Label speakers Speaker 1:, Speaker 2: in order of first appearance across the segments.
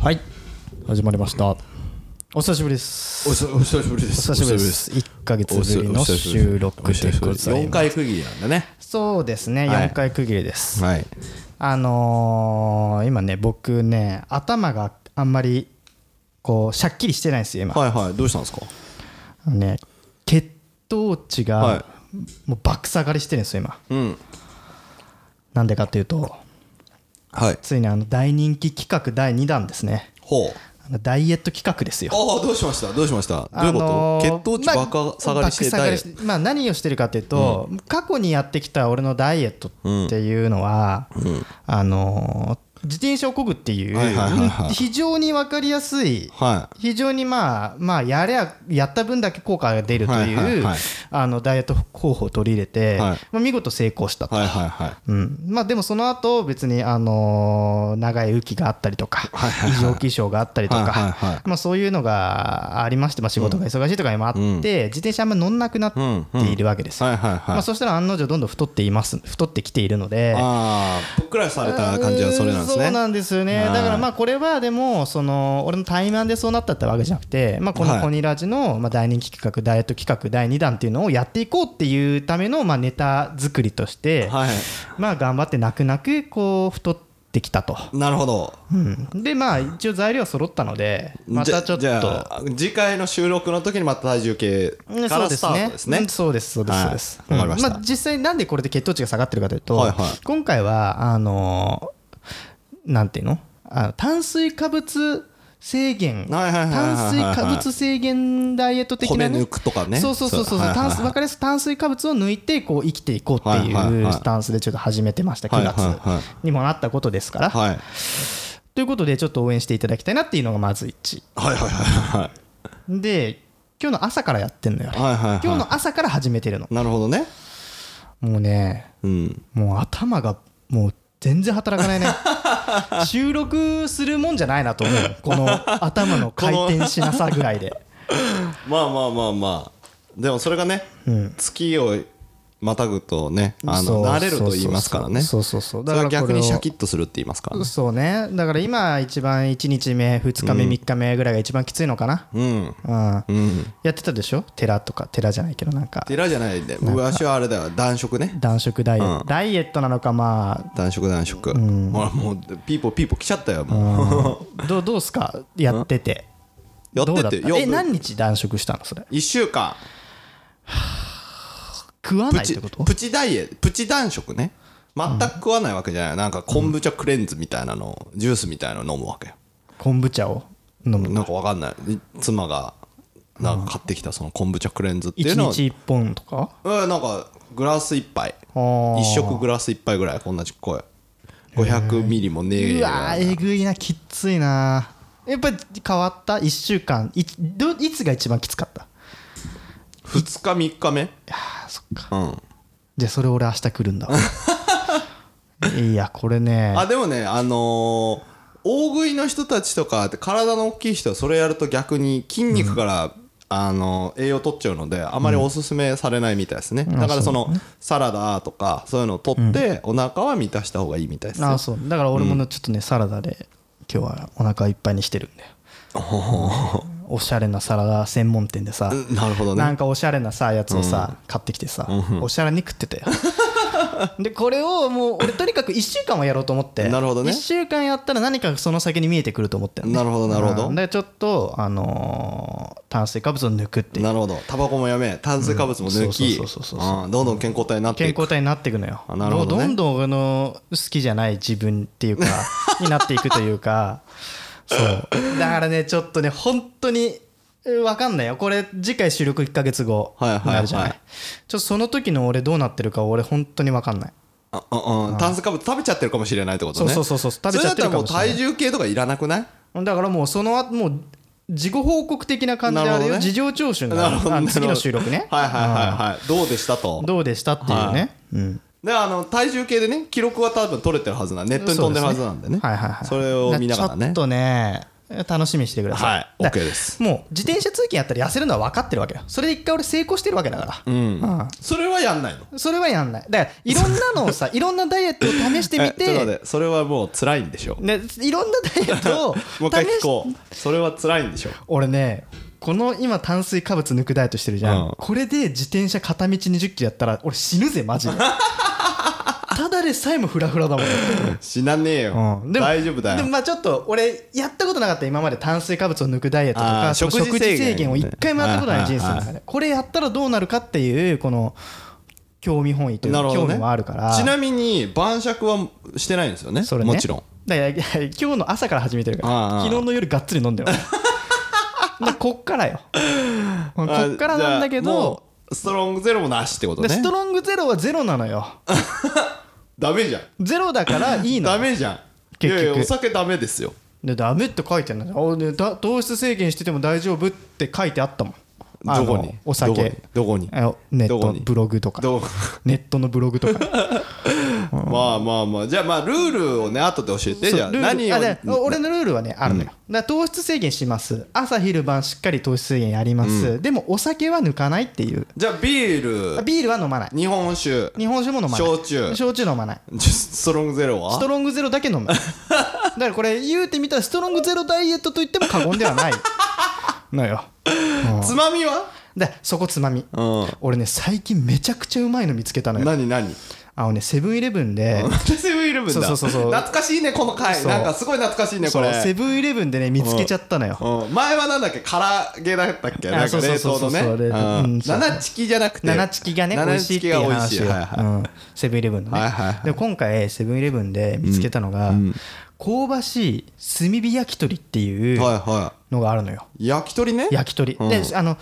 Speaker 1: はい始まりましたお久しぶりです
Speaker 2: お久お久しぶりで
Speaker 1: お
Speaker 2: す。
Speaker 1: 久しぶりです1ヶ月ぶりの収録でござい
Speaker 2: 4
Speaker 1: ます
Speaker 2: 回区切りなんだね。
Speaker 1: そうですね
Speaker 2: はい
Speaker 1: 4回区切りです、
Speaker 2: はい。
Speaker 1: あのー今ね僕ね頭があんまりこうしゃっきりしてないんですよ今、
Speaker 2: はいはい。どうしたんですか
Speaker 1: あのね血糖値
Speaker 2: は
Speaker 1: が
Speaker 2: い
Speaker 1: もう爆下がりしてるんですよ今
Speaker 2: うん。
Speaker 1: なんでかっていうと
Speaker 2: はい。
Speaker 1: ついにあの大人気企画第2弾ですね
Speaker 2: ほう。
Speaker 1: あのダイエット企画ですよ
Speaker 2: ああ、どうしましたどうしましたどういうこと、血糖値バカ下がりし
Speaker 1: まあ爆
Speaker 2: てダイエ
Speaker 1: 下がりしてまあ、何をしてるかというと、過去にやってきた俺のダイエットっていうのは、あのー自転車をこぐっていう、
Speaker 2: はいはいはいはい
Speaker 1: 非常に分かりやすい
Speaker 2: は
Speaker 1: 非常にまあまあやれややった分だけ効果が出るという、
Speaker 2: はいはいはい
Speaker 1: あのダイエット方法を取り入れて、
Speaker 2: はい
Speaker 1: まあ、見事成功した
Speaker 2: い。
Speaker 1: と、
Speaker 2: はいはいはい。
Speaker 1: うんまあ、でもその後別に、あのー長い雨季があったりとか、
Speaker 2: はいはいはい
Speaker 1: 異常気象があったりとか、
Speaker 2: はいはいはい
Speaker 1: まあ、そういうのがありまして、まあ、仕事が忙しいとかにもあって、
Speaker 2: うん
Speaker 1: 自転車あんま乗んなくなっているわけですよ、
Speaker 2: はいはいはい。
Speaker 1: まあ、そしたら案の定どんどん太っています太ってきているので。
Speaker 2: ああ、ぷっくらされた感じはそれなんですね。
Speaker 1: そうなんですよね
Speaker 2: はい
Speaker 1: だからまあこれはでもその俺の対面でそうなったってわけじゃなくてまあこの
Speaker 2: はい
Speaker 1: コニラジのまあ大人気企画ダイエット企画第2弾っていうのをやっていこうっていうためのまあネタ作りとして
Speaker 2: はい。
Speaker 1: まあ頑張って泣く泣くこう太ってきたと、
Speaker 2: なるほど。
Speaker 1: うん、でまあ一応材料は揃ったのでまたちょっ
Speaker 2: じゃじゃ
Speaker 1: と
Speaker 2: あ次回の収録の時にまた体重計
Speaker 1: うん
Speaker 2: からスタートですね。
Speaker 1: うんそうですそうですそうです、
Speaker 2: はいわかりました
Speaker 1: うんあ実際なんでこれで血糖値が下がってるかというと、
Speaker 2: はいはい
Speaker 1: 今回はあのーなんていうのあの炭水化物制限
Speaker 2: はいはいはいはい
Speaker 1: 炭水化物制限ダイエット的な、
Speaker 2: 米抜くとかね
Speaker 1: そうそうそうそう
Speaker 2: そうはいはいはい
Speaker 1: 炭水わかりやすく炭水化物を抜いてこう生きていこうって
Speaker 2: はいはい
Speaker 1: いう
Speaker 2: はい
Speaker 1: スタンスでちょっと始めてました9月
Speaker 2: はいはいはい
Speaker 1: にもなったことですから、
Speaker 2: はい。はい
Speaker 1: ということでちょっと応援していただきたいなっていうのがまず1
Speaker 2: はいはいは
Speaker 1: で今日の朝からやってんのよ、
Speaker 2: い。はいはいはい。
Speaker 1: 今日の朝から始めてるの
Speaker 2: なるほどね。
Speaker 1: もうね
Speaker 2: うん。
Speaker 1: もう頭がもう全然働かない ね収録するもんじゃないなと思うこの頭の回転しなさぐらいで
Speaker 2: まあまあまあまあでもそれがね、
Speaker 1: うん
Speaker 2: 月をまたぐとね あ
Speaker 1: そ
Speaker 2: の
Speaker 1: う
Speaker 2: 慣れると言いますからね
Speaker 1: そうそうそう
Speaker 2: それは
Speaker 1: だからこ
Speaker 2: 逆
Speaker 1: れを
Speaker 2: にシャキッとするって言いますからね
Speaker 1: そうねだから今一番1日目2日目3日目ぐらいが一番きついのかな、
Speaker 2: うん
Speaker 1: うん
Speaker 2: うん
Speaker 1: やってたでしょ寺とか寺じゃないけどなんか
Speaker 2: 寺じゃないでわしはあれだよ暖色ね
Speaker 1: 断食ダイエット、
Speaker 2: うん
Speaker 1: ダイエットなのかま
Speaker 2: 暖色暖色、ほらもうピーポーピーポー来ちゃったよも う、
Speaker 1: あどうどうすかやってて、
Speaker 2: や
Speaker 1: どうだっ
Speaker 2: っ
Speaker 1: た
Speaker 2: ててよ
Speaker 1: え何日断食したのそれ
Speaker 2: 1週間
Speaker 1: 食わ
Speaker 2: プ
Speaker 1: ないっ
Speaker 2: チ
Speaker 1: てこと
Speaker 2: プチダイエットプチ暖色ね全く食わないわけじゃない、なんか昆布茶クレンズみたいなのジュースみたいなの飲むわけよ
Speaker 1: 昆布茶を飲む
Speaker 2: なんかわかんないい妻がなんか買ってきたその昆布茶クレンズっていう
Speaker 1: 1
Speaker 2: のを
Speaker 1: 日1本とか
Speaker 2: うんなんかグラス一杯
Speaker 1: 一
Speaker 2: 一食グラス一杯ぐらいこんなちっこい500ミリもねえ
Speaker 1: うわーえぐいなきっついなやっぱり変わった1週間いどいつが一番きつかった
Speaker 2: 2日3日目
Speaker 1: あーそっか
Speaker 2: うん
Speaker 1: じゃあそれ俺明日来る んだわいやこれね
Speaker 2: あでもねあのー大食いの人たちとかって体の大きい人はそれやると逆に筋肉から、あのー栄養取っちゃうのであまりおすすめされないみたいですね、だからそのサラダとかそういうのを取ってお腹は満たした方がいいみたいですね、
Speaker 1: あーそうだから俺もねちょっとねサラダで今日はお腹いっぱいにしてるんだよおしゃれなサラダ専門店でさ
Speaker 2: うんなるほどね
Speaker 1: なんかおしゃれなさやつをさ、買ってきてさ、おしゃれに食って たよでこれをもう俺とにかく1週間はやろうと思って
Speaker 2: なるほどね
Speaker 1: 1週間やったら何かその先に見えてくると思って
Speaker 2: なるほどなるほど
Speaker 1: でちょっとあのー炭水化物を抜くっていう
Speaker 2: なるほどタバコもやめ炭水化物も抜き
Speaker 1: うんそうそうそうそうそう
Speaker 2: うんどんどん健康体になって
Speaker 1: 健
Speaker 2: いく
Speaker 1: 康体になっていくのよ
Speaker 2: あなるほどね
Speaker 1: もうどんどんあの好きじゃない自分って いうかになっていくというかそうだからねちょっとね本当に分かんないよこれ次回収録1か月後
Speaker 2: はいはいはい
Speaker 1: になるじゃない,、ちょっとその時の俺どうなってるか俺本当に分かんない
Speaker 2: あうんうん炭水化物食べちゃってるかもしれないってことね
Speaker 1: そうそうそうそう食べちゃってるかもしれない
Speaker 2: それだったらもう体重計とかいらなくない
Speaker 1: だからもうその後もう自己報告的な感じであれ
Speaker 2: なるほ
Speaker 1: よ、
Speaker 2: どね
Speaker 1: 事情聴取の
Speaker 2: なるほど
Speaker 1: あ
Speaker 2: な
Speaker 1: の
Speaker 2: るほど
Speaker 1: 次の収録ね
Speaker 2: はいはいはいはいどうでしたと
Speaker 1: どうでしたっていうね、うん
Speaker 2: であの体重計でね記録は多分取れてるはずなネットに飛んでるはずなんでね
Speaker 1: はいはいはい
Speaker 2: それを見ながら
Speaker 1: ちょ
Speaker 2: ね
Speaker 1: っとね楽しみにしてください。
Speaker 2: はい
Speaker 1: だか
Speaker 2: OK
Speaker 1: ら
Speaker 2: です
Speaker 1: もう自転車通勤やったら痩せるのは分かってるわけよ。それで一回俺成功してるわけだから。うん
Speaker 2: それはやんないの
Speaker 1: それはやんない。だからいろんなのを さ、いろんなダイエットを試してみ
Speaker 2: えちょっと待
Speaker 1: て、
Speaker 2: ってそれはもう辛いんでしょ
Speaker 1: ね、いろんなダイエットを
Speaker 2: もう一回聞
Speaker 1: 試し
Speaker 2: こうそれは辛いんでしょ
Speaker 1: 俺ねこの今炭水化物抜くダイエットしてるじゃん、
Speaker 2: うん
Speaker 1: これで自転車片道2 0キロやったら俺死ぬぜマ ジでただでさえもフラフラだもん、
Speaker 2: 死なねえよ、
Speaker 1: うんでも
Speaker 2: 大丈夫だ
Speaker 1: でも
Speaker 2: よ
Speaker 1: まあちょっと俺やったことなかった今まで炭水化物を抜くダイエットと
Speaker 2: あ
Speaker 1: か
Speaker 2: ー
Speaker 1: その
Speaker 2: 食事
Speaker 1: 食事
Speaker 2: 制限
Speaker 1: 制限を一回もやったことない
Speaker 2: あー
Speaker 1: 人生の中でこれやったらどうなるかっていうこの興味本位という
Speaker 2: な
Speaker 1: か
Speaker 2: るほど
Speaker 1: 興
Speaker 2: ね
Speaker 1: 味もあるから
Speaker 2: ちなみに晩酌はしてないんですよね
Speaker 1: それね
Speaker 2: もちろん
Speaker 1: だからいや今日の朝から始めてるか
Speaker 2: ああ
Speaker 1: ら昨日の夜がっつり飲んで るだこっからよこっ
Speaker 2: あ
Speaker 1: からなんだけ
Speaker 2: じゃあ
Speaker 1: ど
Speaker 2: もうストロングゼロもなしってこと
Speaker 1: で
Speaker 2: ね
Speaker 1: ストロングゼロはゼロなのよ
Speaker 2: ダメじゃん
Speaker 1: ゼロだからいいの
Speaker 2: ダメじゃん
Speaker 1: 結局
Speaker 2: いやいやお酒ダメですよ
Speaker 1: でダメって書いてあるのあでだ糖質制限してても大丈夫って書いてあったもんあ
Speaker 2: ど
Speaker 1: の
Speaker 2: こに
Speaker 1: お
Speaker 2: どこ
Speaker 1: 酒
Speaker 2: にどこに
Speaker 1: あのネッ
Speaker 2: どこ
Speaker 1: ト
Speaker 2: に
Speaker 1: ブログとか
Speaker 2: どう
Speaker 1: ネットのブログとか
Speaker 2: まあまあまあじゃあまあルールをね後 で教えてじゃ
Speaker 1: そ
Speaker 2: あ
Speaker 1: うルール
Speaker 2: 何を
Speaker 1: あで俺のルールはねあるのよ、だから糖質制限します朝昼晩しっかり糖質制限やります、でもお酒は抜かないっていう
Speaker 2: じゃあビー
Speaker 1: あ
Speaker 2: ル
Speaker 1: ビールは飲まない
Speaker 2: 日本酒
Speaker 1: 日本酒も飲まない
Speaker 2: 焼酎
Speaker 1: 焼酎飲まない
Speaker 2: じゃあストロングゼロ
Speaker 1: スト
Speaker 2: は
Speaker 1: ロングゼロだけ飲 むだからこれ言うてみたらストロングゼロダイエットと言っても過言ではないのよ
Speaker 2: つまみは
Speaker 1: でそこつまみ
Speaker 2: う
Speaker 1: 俺ね最近めちゃくちゃうまいの見つけたの
Speaker 2: ん
Speaker 1: よ
Speaker 2: 何 何
Speaker 1: あのねセブンイレブンで
Speaker 2: セブンイレブンだ
Speaker 1: そうそうそうそう
Speaker 2: 懐かしいねこの回
Speaker 1: そう
Speaker 2: なんかすごい懐かしいねこ
Speaker 1: そう
Speaker 2: れ
Speaker 1: セブンイレブンでね見つけちゃったのよ
Speaker 2: うん前はなんだっけ唐揚げだったっけ
Speaker 1: あ
Speaker 2: なんか冷
Speaker 1: そうそ
Speaker 2: 凍の
Speaker 1: うそうそう
Speaker 2: ね
Speaker 1: 冷凍
Speaker 2: う
Speaker 1: うんんそう
Speaker 2: 七チキじゃなくて
Speaker 1: 七チキがね美
Speaker 2: 七
Speaker 1: 味しい
Speaker 2: チ
Speaker 1: ってい
Speaker 2: キ
Speaker 1: う
Speaker 2: が美味し
Speaker 1: 話
Speaker 2: い
Speaker 1: を
Speaker 2: はいは
Speaker 1: うんセブンイレブンの
Speaker 2: はい
Speaker 1: ね
Speaker 2: はいはい
Speaker 1: で今回セブンイレブンで見つけたのが香ばしい炭火焼き鳥ってい
Speaker 2: いうは
Speaker 1: のがあるのよ
Speaker 2: い焼き鳥ね
Speaker 1: 焼き鳥、
Speaker 2: うん
Speaker 1: であの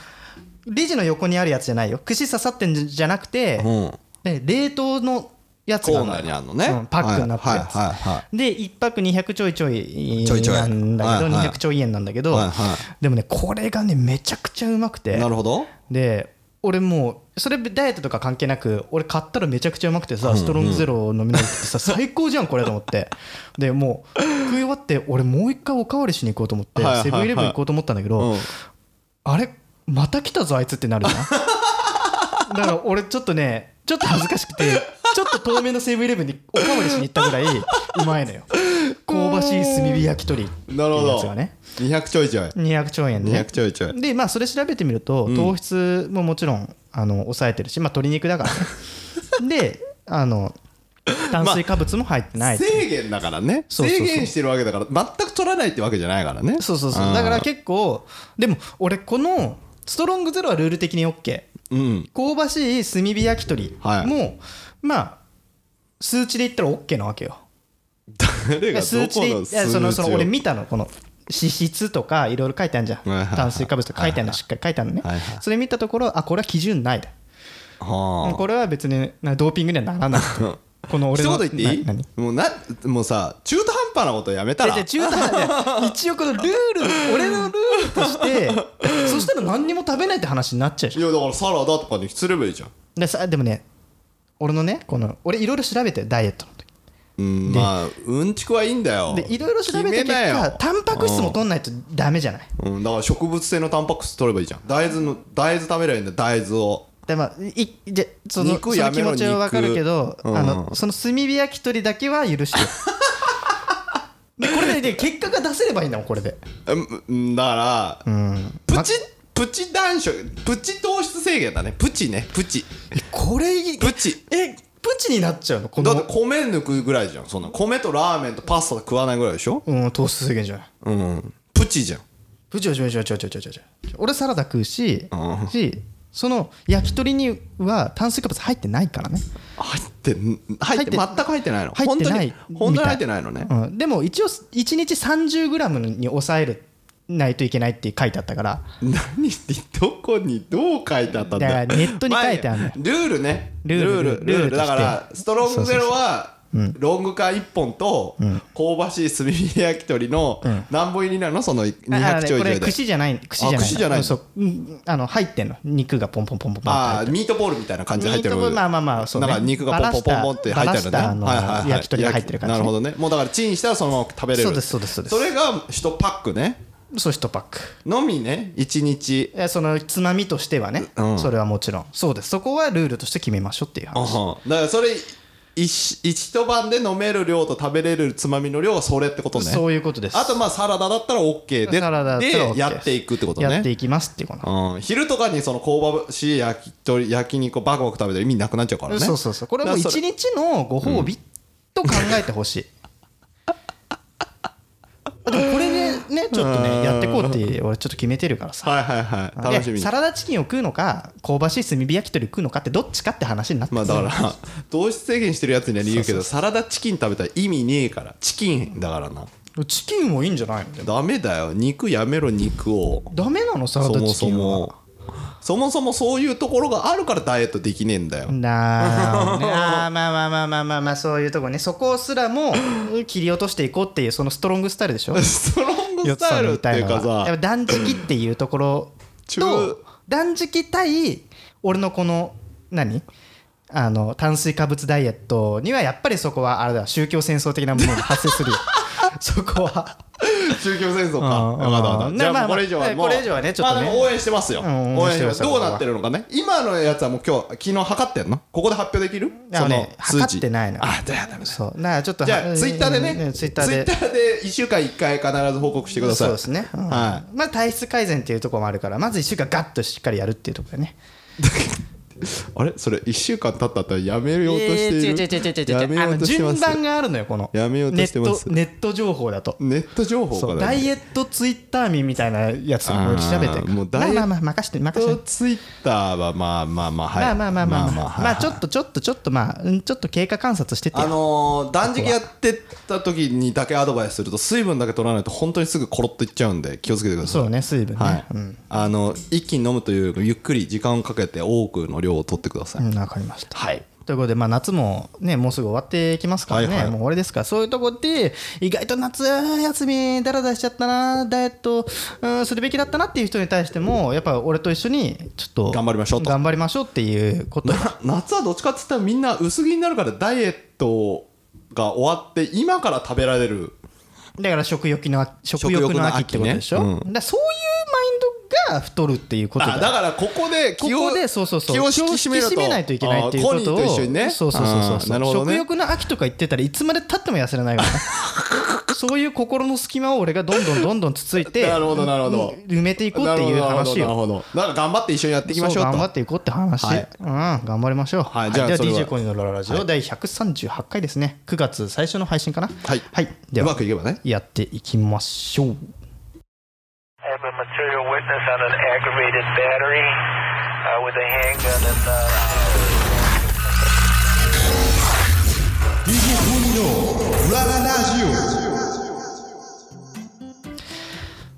Speaker 1: レジの横にあるやつじゃないよ串刺さってんじゃなくて、
Speaker 2: うん
Speaker 1: で冷凍のやつ
Speaker 2: コ
Speaker 1: なの
Speaker 2: ー
Speaker 1: よ
Speaker 2: ナーにあるのね、
Speaker 1: うんパックになってるやつ、
Speaker 2: はいはいはいはい
Speaker 1: で1泊200ちょいちょい
Speaker 2: ちょいちょい
Speaker 1: なんだけど、
Speaker 2: はいはい
Speaker 1: 200ちょい円なんだけど、
Speaker 2: はいは
Speaker 1: でもねこれがねめちゃくちゃうまくて
Speaker 2: なるほど
Speaker 1: で俺もうそれダイエットとか関係なく俺買ったらめちゃくちゃうまくてさストロングゼロを飲みながら食って さ最高じゃんこれと思ってでもう食い終わって俺もう一回おかわりしに行こうと思って
Speaker 2: はいはいは
Speaker 1: セ
Speaker 2: い
Speaker 1: ブンイレブン行こうと思ったんだけ
Speaker 2: う
Speaker 1: ど
Speaker 2: ん
Speaker 1: あれまた来たぞあいつってなるじゃんだから俺ちょっとねちょっと恥ずかしくてちょっと遠目のセブンイレブンにおかわりしに行ったぐらいうまいのよ香ばしい炭火焼き鳥っていう
Speaker 2: なるほ
Speaker 1: や
Speaker 2: ど
Speaker 1: つがね
Speaker 2: 200ちょいちょい
Speaker 1: 200兆円でね
Speaker 2: 200ちょいちょい
Speaker 1: でまあそれ調べてみると糖質ももちろんあの抑えてるしまあ鶏肉だからねであの炭水化物も入ってない
Speaker 2: 制限だからね
Speaker 1: そうそう
Speaker 2: 制
Speaker 1: そう
Speaker 2: 限してるわけだから全く取らないってわけじゃないからね
Speaker 1: そうそうそうだから結構でも俺このストロングゼロはルール的に OK
Speaker 2: うん
Speaker 1: 香ばしい炭火焼き鳥
Speaker 2: はい
Speaker 1: もまあ数値で言ったら OK なわけよ
Speaker 2: 誰が
Speaker 1: 数
Speaker 2: ど
Speaker 1: 値
Speaker 2: こ
Speaker 1: で
Speaker 2: の
Speaker 1: いやその
Speaker 2: 数
Speaker 1: そ
Speaker 2: 値
Speaker 1: の
Speaker 2: を
Speaker 1: 俺見たのこの脂質とかいろいろ書いてあるじゃん
Speaker 2: はいはいはい
Speaker 1: 炭水化物とか書いてあるのしっかり書いてあるのね
Speaker 2: はいは
Speaker 1: それ見たところあこれは基準ないだ
Speaker 2: はあ
Speaker 1: これは別になドーピングにはな らないこの俺
Speaker 2: 一
Speaker 1: の
Speaker 2: 言言っていい
Speaker 1: な何
Speaker 2: もうなもうさ中途半端なことやめたら
Speaker 1: でで中途半端で一応このルー ル俺のルールとしてそしたら何にも食べないって話になっちゃうじ
Speaker 2: いやだからサラダとかにすればいいじゃん
Speaker 1: ゃんでさでもね俺のねこの俺いろいろ調べてダイエットの時
Speaker 2: うんまあうんちくはいいんだよ
Speaker 1: でいろいろ調べて
Speaker 2: 決
Speaker 1: 結
Speaker 2: めなよ
Speaker 1: 果タンパク質も取んないとダメじゃない
Speaker 2: うん、だから植物性のタンパク質取ればいいじゃん大豆の大豆食べればいいんだよ大豆を
Speaker 1: でまあ、いでその
Speaker 2: 肉
Speaker 1: その
Speaker 2: やめ
Speaker 1: 気
Speaker 2: ろ
Speaker 1: 持ちは分かるけど、
Speaker 2: 肉うん
Speaker 1: あのその炭火焼き鳥だけは 許してでこれでで結果が出せればいいんだもんこれで
Speaker 2: うんだから、
Speaker 1: うん
Speaker 2: プチプチ断食プチ糖質制限だねプチねプチ
Speaker 1: これいい
Speaker 2: プチ
Speaker 1: えプチになっちゃうのこ
Speaker 2: だって
Speaker 1: の、
Speaker 2: 米抜くぐらいじゃんそんな米とラーメンとパスタ食わないぐらいでしょ
Speaker 1: うん、糖質制限じゃない
Speaker 2: うんプチじゃん
Speaker 1: プチはちょちょちょちょちょちょちょ俺サラダ食うし,、しその焼き鳥には炭水化物入ってないからね、
Speaker 2: 入ってん入って
Speaker 1: 入って
Speaker 2: 全く入ってないの
Speaker 1: 入ってない
Speaker 2: 本当に本当に入ってないのね
Speaker 1: うん、でも一応1日 30g に抑えるないといけないって書いてあったから
Speaker 2: 何ってどこにどう書いてあったんだよ
Speaker 1: だからネットに書いてあるのよ
Speaker 2: 前ルールね
Speaker 1: ルール
Speaker 2: ルー
Speaker 1: ル
Speaker 2: ル
Speaker 1: ール
Speaker 2: ルールだか
Speaker 1: と
Speaker 2: ら
Speaker 1: して
Speaker 2: ストロングゼロはロング缶1本と香ばしい炭火焼き鳥の何本入りなのその
Speaker 1: ああ
Speaker 2: 200
Speaker 1: ね
Speaker 2: 丁以
Speaker 1: これ
Speaker 2: 上で
Speaker 1: 串じゃない串じゃない
Speaker 2: あ串じゃない
Speaker 1: うんそううんあの入ってんの肉がポンポンポンポンポンって入
Speaker 2: あ
Speaker 1: って
Speaker 2: あミートボールみたいな感じで入ってる
Speaker 1: ミートボールまあまあまあそうね
Speaker 2: なんか肉がポンポンポンポンって入ってる
Speaker 1: バラしたバラし
Speaker 2: ね
Speaker 1: たあの
Speaker 2: はいはいはい
Speaker 1: 焼き鳥が入ってる感じね
Speaker 2: なるほどねもうだからチンしたらそのまま食べれる
Speaker 1: そうですそうですそうです
Speaker 2: それが1パックね
Speaker 1: そう一パック
Speaker 2: のみね1日
Speaker 1: いやそのつまみとしてはね、
Speaker 2: うん
Speaker 1: それはもちろんそうですそこはルールとして決めましょうっていう話
Speaker 2: うんだからそれ一一晩で飲める量と食べれるつまみの量はそれってことね
Speaker 1: そういうことです
Speaker 2: あとまあサラダだったら OK で
Speaker 1: サラダだったら OK
Speaker 2: でやっていくってこと
Speaker 1: やって
Speaker 2: ね
Speaker 1: いきますっていうこと、
Speaker 2: うん、昼とかにその香ばしい焼き鳥焼肉をバクバク食べて意味なくなっちゃうからね
Speaker 1: そうそうそうこれはもう
Speaker 2: だか
Speaker 1: 一
Speaker 2: らそれ
Speaker 1: 日のご褒美と考えてほし い、でもこれでねちょっとねやってこうって俺ちょっと決めてるからさ
Speaker 2: はいはいはい楽しみ
Speaker 1: で
Speaker 2: に
Speaker 1: サラダチキンを食うのか香ばしい炭火焼き鳥食うのかってどっちかって話になって
Speaker 2: まあ
Speaker 1: くる
Speaker 2: だから糖質制限してるやつには言うけどサラダチキン食べたら意味ねえからチキンだからな
Speaker 1: チキンもいいんじゃないのでも
Speaker 2: ダメだよ肉やめろ肉を
Speaker 1: ダメなのサラ
Speaker 2: そ
Speaker 1: ダ
Speaker 2: も
Speaker 1: チキ
Speaker 2: そ
Speaker 1: ンは
Speaker 2: もそもそもそういうところがあるからダイエットできねえんだよ
Speaker 1: なあ、ね、あーまあまあまあまあまあまあそういうとこねそこすらも切り落としていこうっていうそのストロングスタイルで しょ
Speaker 2: ストロングスタイルっていうか
Speaker 1: やっぱ
Speaker 2: さ
Speaker 1: 断食っていうところ
Speaker 2: 中
Speaker 1: と断食対俺のこの何あの炭水化物ダイエットにはやっぱりそこはあれだ宗教戦争的なものが発生する よそこは
Speaker 2: 宗教戦争か
Speaker 1: うん
Speaker 2: わかったわか
Speaker 1: う
Speaker 2: った
Speaker 1: ん
Speaker 2: じゃあ
Speaker 1: まあ
Speaker 2: も
Speaker 1: まあ
Speaker 2: うこれ以上はもう
Speaker 1: これ以上はねちょっとね
Speaker 2: まあでも応援してますよ
Speaker 1: うん応
Speaker 2: 応援してま
Speaker 1: 援し
Speaker 2: す
Speaker 1: てます
Speaker 2: どうなってるのかね今のやつはもう今日昨日測ってんのここで発表できる
Speaker 1: あ
Speaker 2: そ
Speaker 1: の
Speaker 2: の
Speaker 1: ね
Speaker 2: 数
Speaker 1: 測っ
Speaker 2: 値
Speaker 1: てないの
Speaker 2: あだよダメだ
Speaker 1: そうなあちょっと
Speaker 2: じゃあツイッターでね
Speaker 1: ツイッターで
Speaker 2: ツイッターで1週間1回必ず報告してください
Speaker 1: そうですね、うん
Speaker 2: は
Speaker 1: まあ体質改善っていうところもあるからまず1週間ガッとしっかりやるっていうところだね
Speaker 2: あれそれ1週間経ったったらやめようとして
Speaker 1: えー違
Speaker 2: いうる
Speaker 1: 違う違う違う違う
Speaker 2: やめようとして
Speaker 1: あ
Speaker 2: ま
Speaker 1: の順
Speaker 2: す
Speaker 1: 番があるのよこの
Speaker 2: やめようとしてます
Speaker 1: ネットネット情報だと
Speaker 2: ネット情報
Speaker 1: そう
Speaker 2: から
Speaker 1: ダイエットツイッター民みたいなやつを俺調べてる
Speaker 2: あーもうダイエット
Speaker 1: まあまあまあ任して
Speaker 2: ネ
Speaker 1: 任
Speaker 2: ッ
Speaker 1: して
Speaker 2: トツイッターはまあまあまあはい
Speaker 1: まあまあまあまあまあまあちょ
Speaker 2: と
Speaker 1: っとちょっとちょっとまあうんちょっと経過観察してて
Speaker 2: あのー断食やってた時にだけアドバイスすると水分だけ取らないと本当にすぐコロッといっちゃうんで気をつけてください
Speaker 1: そうね水分ね、
Speaker 2: はい
Speaker 1: うん
Speaker 2: あの一気に飲むというよりゆっくり時間をかけて多くの量を取ってください、
Speaker 1: うん分かりました
Speaker 2: はい
Speaker 1: ということで、まあ、夏も、ね、もうすぐ終わってきますからね、
Speaker 2: はいはい
Speaker 1: もう終わりですから、そういうとこで、意外と夏休み、だらだらしちゃったな、ダイエット、うん、するべきだったなっていう人に対しても、やっぱ俺と一緒に、ちょっと
Speaker 2: 頑張りましょうと
Speaker 1: 頑張りましょうっていうこと、
Speaker 2: な 夏はどっちかって言ったらみんな薄着になるからダイエットが終わって今から食べられる
Speaker 1: だから食欲の食欲の秋ってことでしょ、
Speaker 2: 食欲の秋
Speaker 1: だ
Speaker 2: ね
Speaker 1: からそういうマインドが太るっていうことだ
Speaker 2: あ
Speaker 1: よ
Speaker 2: だからここで
Speaker 1: こ
Speaker 2: 気を
Speaker 1: こでそうそうそう
Speaker 2: 気を引き締めると
Speaker 1: 気を引ないといけないっていう
Speaker 2: あ
Speaker 1: こ
Speaker 2: コ
Speaker 1: とを
Speaker 2: ニーと一緒にね
Speaker 1: そうそうそうそう
Speaker 2: あーなるほど
Speaker 1: 食
Speaker 2: ね
Speaker 1: 欲の秋とか言ってたらいつまでたっても痩せれない からねそういう心の隙間を俺がどんどんどんどんつついて
Speaker 2: なるほどなるほど
Speaker 1: 埋めていこうっていう話
Speaker 2: なる
Speaker 1: よ
Speaker 2: ほどなるほどだから頑張って一緒にやっていきましょ
Speaker 1: そう
Speaker 2: うと
Speaker 1: 頑張っていこうって話、
Speaker 2: はい
Speaker 1: うん頑張りましょう、
Speaker 2: は
Speaker 1: は
Speaker 2: い
Speaker 1: い
Speaker 2: じゃあ
Speaker 1: では
Speaker 2: それは
Speaker 1: DJ コニーのララジオ第138回ですね9月最初の配信かな
Speaker 2: はい
Speaker 1: で
Speaker 2: うま
Speaker 1: は
Speaker 2: くいけばね
Speaker 1: やっていきましょう
Speaker 3: I have a material witness on an aggravated battery uh, with a handgun and. Uh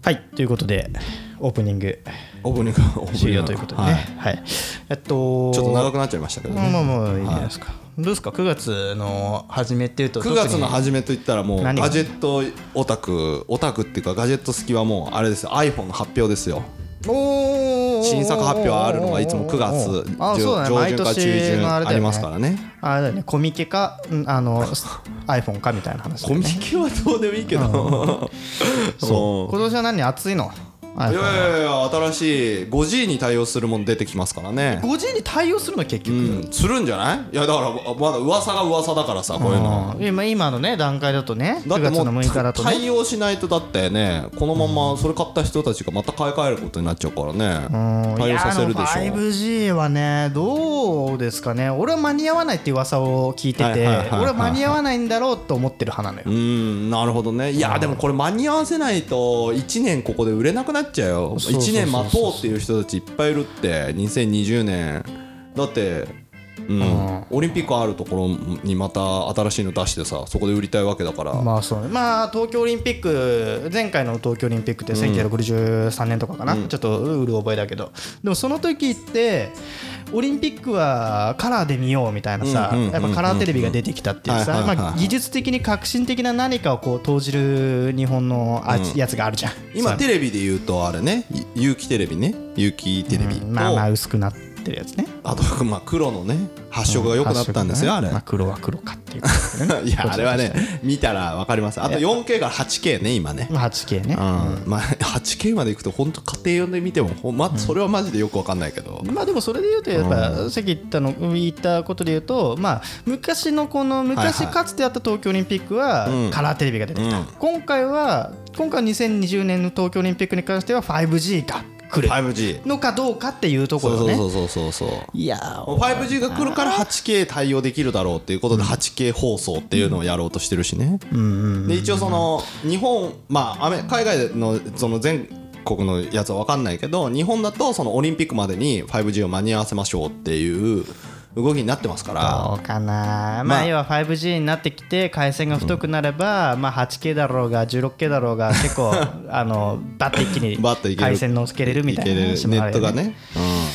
Speaker 1: はいということでオープニング
Speaker 2: オープニングオープニング
Speaker 1: 終了ということでね、
Speaker 2: はい
Speaker 1: はいえっと
Speaker 2: ちょっと長くなっちゃいましたけど
Speaker 1: まあまあ
Speaker 2: ね
Speaker 1: まあいいじゃないですか、どうですか9月の初めっていうと
Speaker 2: 9月
Speaker 1: 特
Speaker 2: の
Speaker 1: に
Speaker 2: 初めといったらもうガ
Speaker 1: 何が
Speaker 2: ジェットオタクオタクっていうかガジェット好きはもうあれですよ iPhone の発表ですよ
Speaker 1: おー
Speaker 2: 新作発表あるのがいつも9月
Speaker 1: あー
Speaker 2: 上
Speaker 1: そうだね
Speaker 2: 上
Speaker 1: 毎
Speaker 2: 旬か中
Speaker 1: 年のあれ
Speaker 2: 旬
Speaker 1: だ
Speaker 2: あ
Speaker 1: よ
Speaker 2: り
Speaker 1: ね
Speaker 2: ますからね
Speaker 1: あれだよねコミケかんあ の iPhone かみたいな話だ
Speaker 2: コ
Speaker 1: よ
Speaker 2: ミ
Speaker 1: ね
Speaker 2: ケはどうでもいいけ ど
Speaker 1: そう
Speaker 2: う
Speaker 1: 今年は何暑いの
Speaker 2: い
Speaker 1: iPhone
Speaker 2: やいやいや新しい 5G に対応するもの出てきますからね
Speaker 1: 5G に対応するの結
Speaker 2: う
Speaker 1: 局、
Speaker 2: んするんじゃないいやだからまだ噂が噂だからさこういうのは
Speaker 1: うん今今のね段階だとね
Speaker 2: だっ
Speaker 1: 9
Speaker 2: て
Speaker 1: 月
Speaker 2: も
Speaker 1: の6日だ
Speaker 2: う
Speaker 1: とね
Speaker 2: 対応しないとだってねこのままそれ買った人たちがまた買い替えることになっちゃうからね対応させるでしょ
Speaker 1: いやあの 5G はねどうですかね俺は間に合わないって噂を聞いてて
Speaker 2: はいはいはいはいはい
Speaker 1: 俺は間に合わないんだろうと思ってる派なの
Speaker 2: う
Speaker 1: よ
Speaker 2: んなるほどねいやでもこれ間に合わせないと1年ここで売れなくなっちゃうよ
Speaker 1: そうそうそうそう
Speaker 2: 1年待とうっていう人たちいっぱいいるって2020年だってうんオリンピックあるところにまた新しいの出してさそこで売りたいわけだから、
Speaker 1: まあそうねまあ東京オリンピック前回の東京オリンピックって1963年とかかな、ちょっとうる覚えだけどでもその時ってオリンピックはカラーで見ようみたいなさ
Speaker 2: うんうんうんうん
Speaker 1: やっぱカラーテレビが出てきたっていう
Speaker 2: はい
Speaker 1: さ
Speaker 2: はいはいはい
Speaker 1: まあ技術的に革新的な何かをこう投じる日本のあやつがあるじゃん
Speaker 2: 今
Speaker 1: さ
Speaker 2: テレビで言うとあれねい有機テレビね有機テレビと、
Speaker 1: まあまあ薄くなってるやつね
Speaker 2: あと、まあ、黒のね発色が良くなったんですよ、
Speaker 1: 発色がねま
Speaker 2: あ
Speaker 1: あ黒は黒かっていうことでね、
Speaker 2: れ いやあれはね見たら分かりますあと 4K から 8K ね今ね
Speaker 1: まあ 8K ね
Speaker 2: うんまあ 8K までいくと本当家庭用で見てもほん、ま、それはマジでよく分かんないけど、
Speaker 1: まあでもそれで言うとやっぱさっき言ったの言ったことで言うとまあ昔のこの
Speaker 2: はい
Speaker 1: 昔
Speaker 2: はい
Speaker 1: かつてあった東京オリンピックは
Speaker 2: うん
Speaker 1: カラーテレビが出てき
Speaker 2: う
Speaker 1: た
Speaker 2: ん
Speaker 1: 今回は今回2020年の東京オリンピックに関しては 5G が来る
Speaker 2: 5G
Speaker 1: のかどうかっていうとこ
Speaker 2: そう
Speaker 1: ろ
Speaker 2: そうそ
Speaker 1: ね
Speaker 2: うそうそうそう
Speaker 1: いやー
Speaker 2: 5G が来るから 8K 対応できるだろうっていうことで 8K 放送っていうのをやろうとしてるしね、で一応その日本まあアメ海外のその全国のやつは分かんないけど日本だとそのオリンピックまでに 5G を間に合わせましょうっていう動きになってますから
Speaker 1: どうかな、
Speaker 2: ま
Speaker 1: ま
Speaker 2: あ
Speaker 1: あ、要は 5G になってきて回線が太くなれば、まあ、8K だろうが 16K だろ うが結構あのバッと一気に
Speaker 2: バッといける
Speaker 1: 回線のつけれるみたいな話も
Speaker 2: ネ
Speaker 1: あ
Speaker 2: ッ
Speaker 1: る
Speaker 2: ト
Speaker 1: よ
Speaker 2: がね、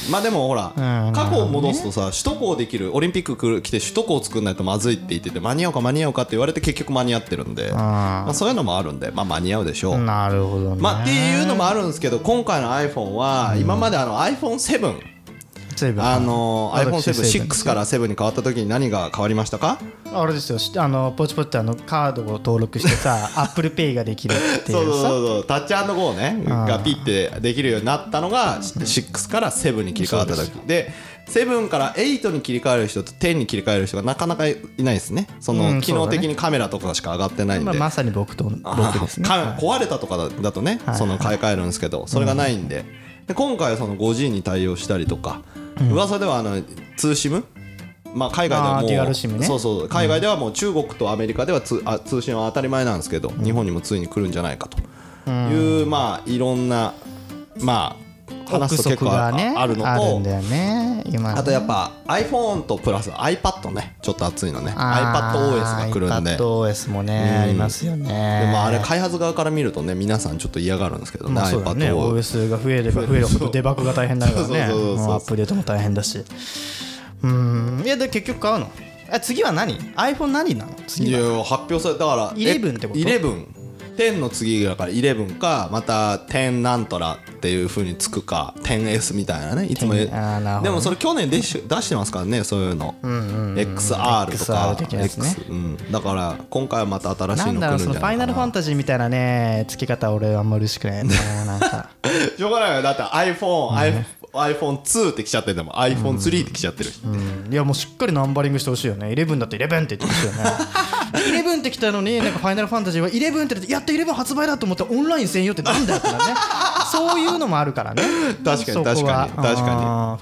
Speaker 2: うん、まあでもほら
Speaker 1: うん
Speaker 2: 過去を戻すとさ首都高できるオリンピック来る来て首都高を作んないとまずいって言ってて間に合うか間に合うかって言われて結局間に合ってるんでまあそういうのもあるんでまあ間に合うでしょう
Speaker 1: なるほどね、
Speaker 2: まあ、っていうのもあるんですけど今回の iPhone は今まであの iPhone7
Speaker 1: 随分
Speaker 2: あの
Speaker 1: 私
Speaker 2: iPhone76 から7に変わった時に何が変わりましたか
Speaker 1: あれですよしあのポチポチってあのカードを登録して さ ApplePay ができるって
Speaker 2: そう
Speaker 1: い
Speaker 2: そう
Speaker 1: う
Speaker 2: そう
Speaker 1: さ
Speaker 2: そうタッチゴーねがピッてできるようになったのが6から7に切り替わった時で7から8に切り替える人と10に切り替える人がなかなかいないですねそうの
Speaker 1: ん
Speaker 2: 機能的にカメラとかしか上がってないん
Speaker 1: まあ、
Speaker 2: で
Speaker 1: まさに僕と僕ですね
Speaker 2: か壊れたとかだだとね、
Speaker 1: はい
Speaker 2: その買い替えるんですけどそれがないんで,、で今回はその 5G に対応したりとか、噂ではあの通信ムまあ、海外では
Speaker 1: あ
Speaker 2: も
Speaker 1: ー
Speaker 2: う
Speaker 1: デュアルシムね
Speaker 2: そうそう海外ではもう中国とアメリカでは通あ通信は当たり前なんですけど、日本にもついに来るんじゃないかという、まあいろんなまあ話すと結構あ,、
Speaker 1: 憶測がね
Speaker 2: あるの
Speaker 1: あるん
Speaker 2: と
Speaker 1: だよね今
Speaker 2: あとやっぱ iPhone とプラス iPad ねちょっと熱いのね iPadOS が来るんで
Speaker 1: iPadOS もね、ありますよね
Speaker 2: でもあれ開発側から見るとね皆さんちょっと嫌がるんですけどね、
Speaker 1: まあそうだね
Speaker 2: iPad を
Speaker 1: OS が増えれば増えるほどデバッグが大変だからね
Speaker 2: そうそうそうそう
Speaker 1: もうアップデートも大変だしうんいやで結局買うのあ次は何 ?iPhone 何なの
Speaker 2: い
Speaker 1: 次
Speaker 2: や
Speaker 1: は
Speaker 2: 発表されだから
Speaker 1: 11ってこと
Speaker 2: え11 10の次だから11かまた10なんとらっていうふうにつくか 10S みたいなねいつも
Speaker 1: 10あーなるほどね
Speaker 2: でもそれ去年出し出してますからねそういうの、XR とか
Speaker 1: XR 的なやつね
Speaker 2: うん、だから今回はまた新し
Speaker 1: ないん
Speaker 2: の
Speaker 1: だ
Speaker 2: 来
Speaker 1: ろ
Speaker 2: る
Speaker 1: うんそ
Speaker 2: じ
Speaker 1: のフ
Speaker 2: ゃないかな
Speaker 1: ァイナルファンタジーみたいなね付け方俺あんま嬉しくないななんか
Speaker 2: しょうがないよだって iPhone、iPhone2 って来ちゃってても iPhone3 って来ちゃってるし、
Speaker 1: うんいやもうしっかりナンバリングしてほしいよね11だって11って言ってほしいよね 11って来たのになんかファイナルファンタジーは11って出てやっと11発売だと思ってオンライン専用ってなんだよってなる ねそういうのもあるからね
Speaker 2: 確かに
Speaker 1: そこは
Speaker 2: 確かに確か
Speaker 1: うんフ
Speaker 2: に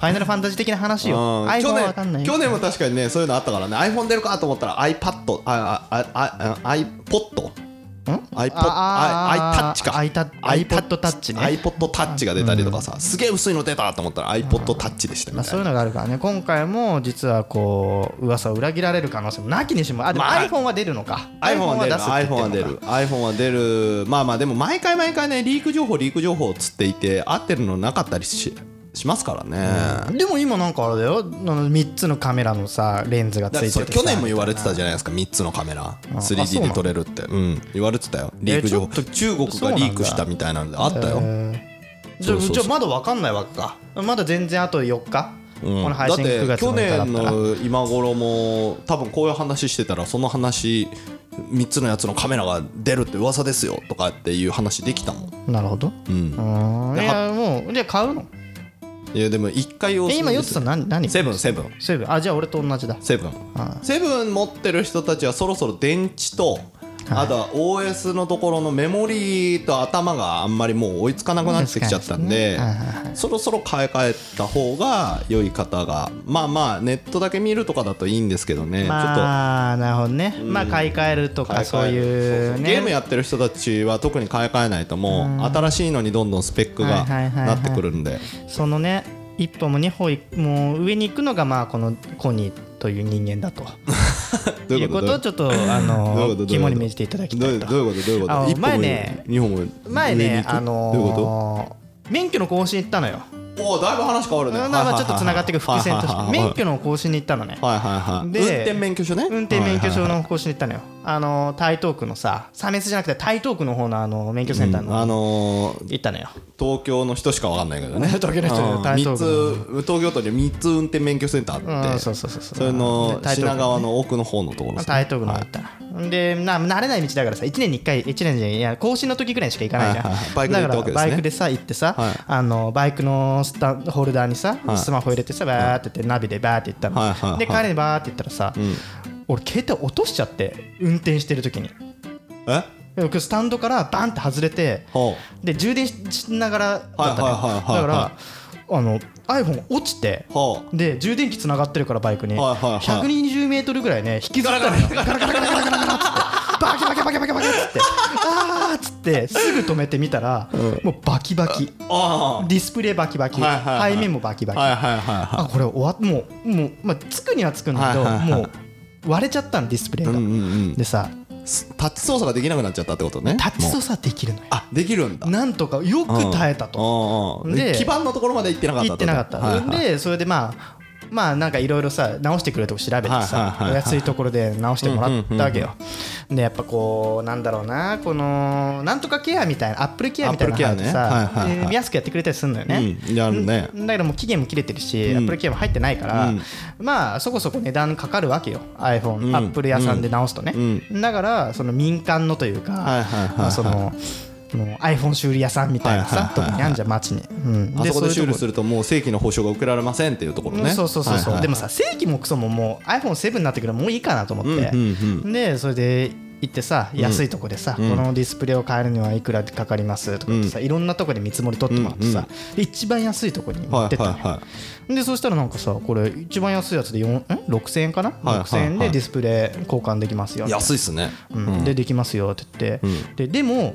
Speaker 1: ァイナルファンタジー的な話よ
Speaker 2: うん
Speaker 1: iPhone
Speaker 2: 去
Speaker 1: はわかんない
Speaker 2: 年去年も確かにねそういうのあったからね iPhone 出るかと思ったら iPad ああああ iPod
Speaker 1: ん
Speaker 2: iPod
Speaker 1: あ
Speaker 2: i-
Speaker 1: ー
Speaker 2: iTouch か
Speaker 1: iTouch iPod Touch ね
Speaker 2: iPod Touch が出たりとかさすげえ薄いの出たと思ったら iPod Touch でした
Speaker 1: ま
Speaker 2: み
Speaker 1: あ、
Speaker 2: た
Speaker 1: そうい
Speaker 2: い
Speaker 1: う
Speaker 2: な
Speaker 1: のがあるからね今回も実はこう噂を裏切られる可能性もなきにしもあでも
Speaker 2: まあ
Speaker 1: iPhone は出るのか
Speaker 2: iPhone は出る
Speaker 1: 出すって言って
Speaker 2: iPhone は出
Speaker 1: のか
Speaker 2: る iPhone は出るまあまあでも毎回毎回ねリーク情報リーク情報つっていて合ってるのなかったりししますからね
Speaker 1: でも今なんかあれだよあの3つのカメラのさレンズがつい
Speaker 2: だ
Speaker 1: て
Speaker 2: って
Speaker 1: て
Speaker 2: そ
Speaker 1: さ
Speaker 2: れ去年も言われてたじゃないですか3つのカメラ
Speaker 1: あそう
Speaker 2: 3D
Speaker 1: な
Speaker 2: で
Speaker 1: の
Speaker 2: 撮れるってうん言われてたよリーク情報
Speaker 1: えちょっと
Speaker 2: 中国がリークしたみたいなんであったよ
Speaker 1: じゃあ
Speaker 2: そうそうそう
Speaker 1: じゃあまだわかんないわけかまだ全然あと4日、
Speaker 2: うん
Speaker 1: この配信9
Speaker 2: だっ
Speaker 1: 月
Speaker 2: て
Speaker 1: の
Speaker 2: 去
Speaker 1: 日だ
Speaker 2: 年
Speaker 1: ったら
Speaker 2: の今頃も多分こういう話してたらその話3つのやつのカメラが出るって噂ですよとかっていう話できたもん、
Speaker 1: なるほど
Speaker 2: うん
Speaker 1: う、ーんいやもうじゃあ買うの
Speaker 2: いやでも1回用
Speaker 1: え今ヨッツさん何何
Speaker 2: セブンセブン
Speaker 1: セブンあじゃあ俺と同じだ
Speaker 2: セブンセブン持ってる人たちはそろそろ電池とあとは OS のところのメモリーと頭があんまりもう追いつかなくなってきちゃったんで
Speaker 1: 確かにですねはいはい
Speaker 2: そろそろ買い替えた方が良い方がまあまあネットだけ見るとかだといいんですけどねちょっと
Speaker 1: まあなるほどね、まあ買い替えると
Speaker 2: 買
Speaker 1: か
Speaker 2: い替え
Speaker 1: そうい
Speaker 2: る
Speaker 1: う
Speaker 2: そうそう
Speaker 1: ね
Speaker 2: ゲームやってる人たちは特に買い替えないともう新しいのにどんどんスペックが
Speaker 1: はいはいはいは
Speaker 2: ないってくるんで
Speaker 1: そのね一歩も二歩いもう上に行くのがまあこのコニーという人間だと
Speaker 2: どう
Speaker 1: い
Speaker 2: いうう
Speaker 1: こ
Speaker 2: こ
Speaker 1: ととをちょっとあ
Speaker 2: どういう
Speaker 1: の
Speaker 2: こと
Speaker 1: 肝に銘じていただきた
Speaker 2: どうい
Speaker 1: いうと
Speaker 2: どういうことどういうこと
Speaker 1: あの
Speaker 2: 一歩も
Speaker 1: 前ね
Speaker 2: 二歩も
Speaker 1: 前ねあ
Speaker 2: どういうこと
Speaker 1: のー免許の更新行ったのよ
Speaker 2: おーだいぶ話変わるね
Speaker 1: なんかまあちょっとつながっていく伏線と
Speaker 2: はい
Speaker 1: して
Speaker 2: はいはいはい
Speaker 1: 免許の更新に行ったのね
Speaker 2: はいはいはい
Speaker 1: で
Speaker 2: 運転免許証ね
Speaker 1: 運転免許証
Speaker 2: はいはいはい
Speaker 1: の更新に行ったのよあのー台東区のさサメスじゃなくて台東区の方のあの免許センター
Speaker 2: うんあ
Speaker 1: の
Speaker 2: のー
Speaker 1: 行ったのよ
Speaker 2: 東京の人しかわかんないけどね
Speaker 1: 東京の人だよ
Speaker 2: うん
Speaker 1: 台
Speaker 2: 三
Speaker 1: 東区
Speaker 2: つ東京都に3つ運転免許センターあって
Speaker 1: うんそうそうそうそう
Speaker 2: それの
Speaker 1: で台東区
Speaker 2: 品川の奥の方のところですね
Speaker 1: 台東区の方行ったらでな慣れない道だからさ1年に1回1年じゃないいや更新の時ぐらいにしか行かないじゃん、
Speaker 2: はいはいはいバイクで
Speaker 1: だ
Speaker 2: 行っ
Speaker 1: か
Speaker 2: たわけ
Speaker 1: ら
Speaker 2: ですね
Speaker 1: バイクでさ行ってさ、
Speaker 2: はい
Speaker 1: あのバイクのスタンホルダーにさ、
Speaker 2: はい
Speaker 1: スマホ入れてさバーってってナビでバーって行ったの、
Speaker 2: はいはいはい
Speaker 1: で帰りにバーって行ったらさ、
Speaker 2: ん
Speaker 1: 俺携帯落としちゃって運転してる時に
Speaker 2: え
Speaker 1: で僕スタンドからバンって外れて
Speaker 2: ほ
Speaker 1: で充電しながらだったのよ
Speaker 2: はいはいはいはい
Speaker 1: だからあの iPhone 落ちて
Speaker 2: うほう
Speaker 1: で充電器つながってるからバイクに、
Speaker 2: はいはいはい
Speaker 1: 120メートルぐらいね引きずったのよガラガラガラガラガラガラガラっつってバキバキバキバキバキっつってあーっつってすぐ止めてみたら、もうバキバキ
Speaker 2: あ
Speaker 1: ディスプレイバキバキ、
Speaker 2: はいはいはい
Speaker 1: 背面もバキバ
Speaker 2: あ
Speaker 1: キ、
Speaker 2: はいはいは
Speaker 1: あこれ終わっもうもうまあつくにはつくんだけど、
Speaker 2: はいはいはい
Speaker 1: もう割れちゃったのディスプレイ
Speaker 2: いは
Speaker 1: が、
Speaker 2: いうんうんうん
Speaker 1: でさ
Speaker 2: すタッチ操作ができなくなっちゃったってことね
Speaker 1: タッチ
Speaker 2: も
Speaker 1: 操
Speaker 2: う
Speaker 1: 作できるのよ
Speaker 2: あできるんだ
Speaker 1: なんとかよく耐えたと、
Speaker 2: と
Speaker 1: で
Speaker 2: 基盤のところまで行ってなかった
Speaker 1: 行ってなかった、
Speaker 2: はいはい
Speaker 1: でそれでまあまあなんかいろいろさ直してくれるとこ調べて
Speaker 2: はいはい
Speaker 1: さ
Speaker 2: はいはい
Speaker 1: お安いところで直してもらったわけよでやっぱこうなんだろうなこのなんとかケアみたいなアップルケアみたいなの入って
Speaker 2: アッ
Speaker 1: さ
Speaker 2: プルケアねはいはいはい
Speaker 1: で安くやってくれたりするのよね
Speaker 2: うんやるね
Speaker 1: だけどもう期限も切れてるし
Speaker 2: うん
Speaker 1: アップルケアも入ってないから
Speaker 2: うん
Speaker 1: まあそこそこ値段かかるわけよ iPhone
Speaker 2: うん
Speaker 1: アップル屋さんで直すとね
Speaker 2: う
Speaker 1: だからその民間のというか
Speaker 2: はいはいはいはい
Speaker 1: まあそのもう iPhone 修理屋さんみたいな
Speaker 2: はい
Speaker 1: さ
Speaker 2: はい
Speaker 1: と
Speaker 2: はい
Speaker 1: こにあんじゃん街にうん
Speaker 2: あそこ
Speaker 1: うい
Speaker 2: で
Speaker 1: うと
Speaker 2: 修理するともう正規の保証が受けられませんっていうところ
Speaker 1: うん
Speaker 2: ね
Speaker 1: そうそうそうそう、
Speaker 2: はいはい
Speaker 1: でもさ正規もクソももう iPhone7 になってくるからもういいかなと思って、
Speaker 2: うんうん
Speaker 1: でそれで行ってさ安いとこでさ、このディスプレイを変えるにはいくらかかりますとか言ってさ、いろんなとこで見積もり取ってもらってさ、で一番安いとこに持ってったのよ、
Speaker 2: はいはいは
Speaker 1: でそしたらなんかさこれ一番安いやつで4ん6000円かな、
Speaker 2: はいはい
Speaker 1: 6000円でディスプレイ交換できますよ
Speaker 2: 安いっすね
Speaker 1: うん、でできますよって言って、ででも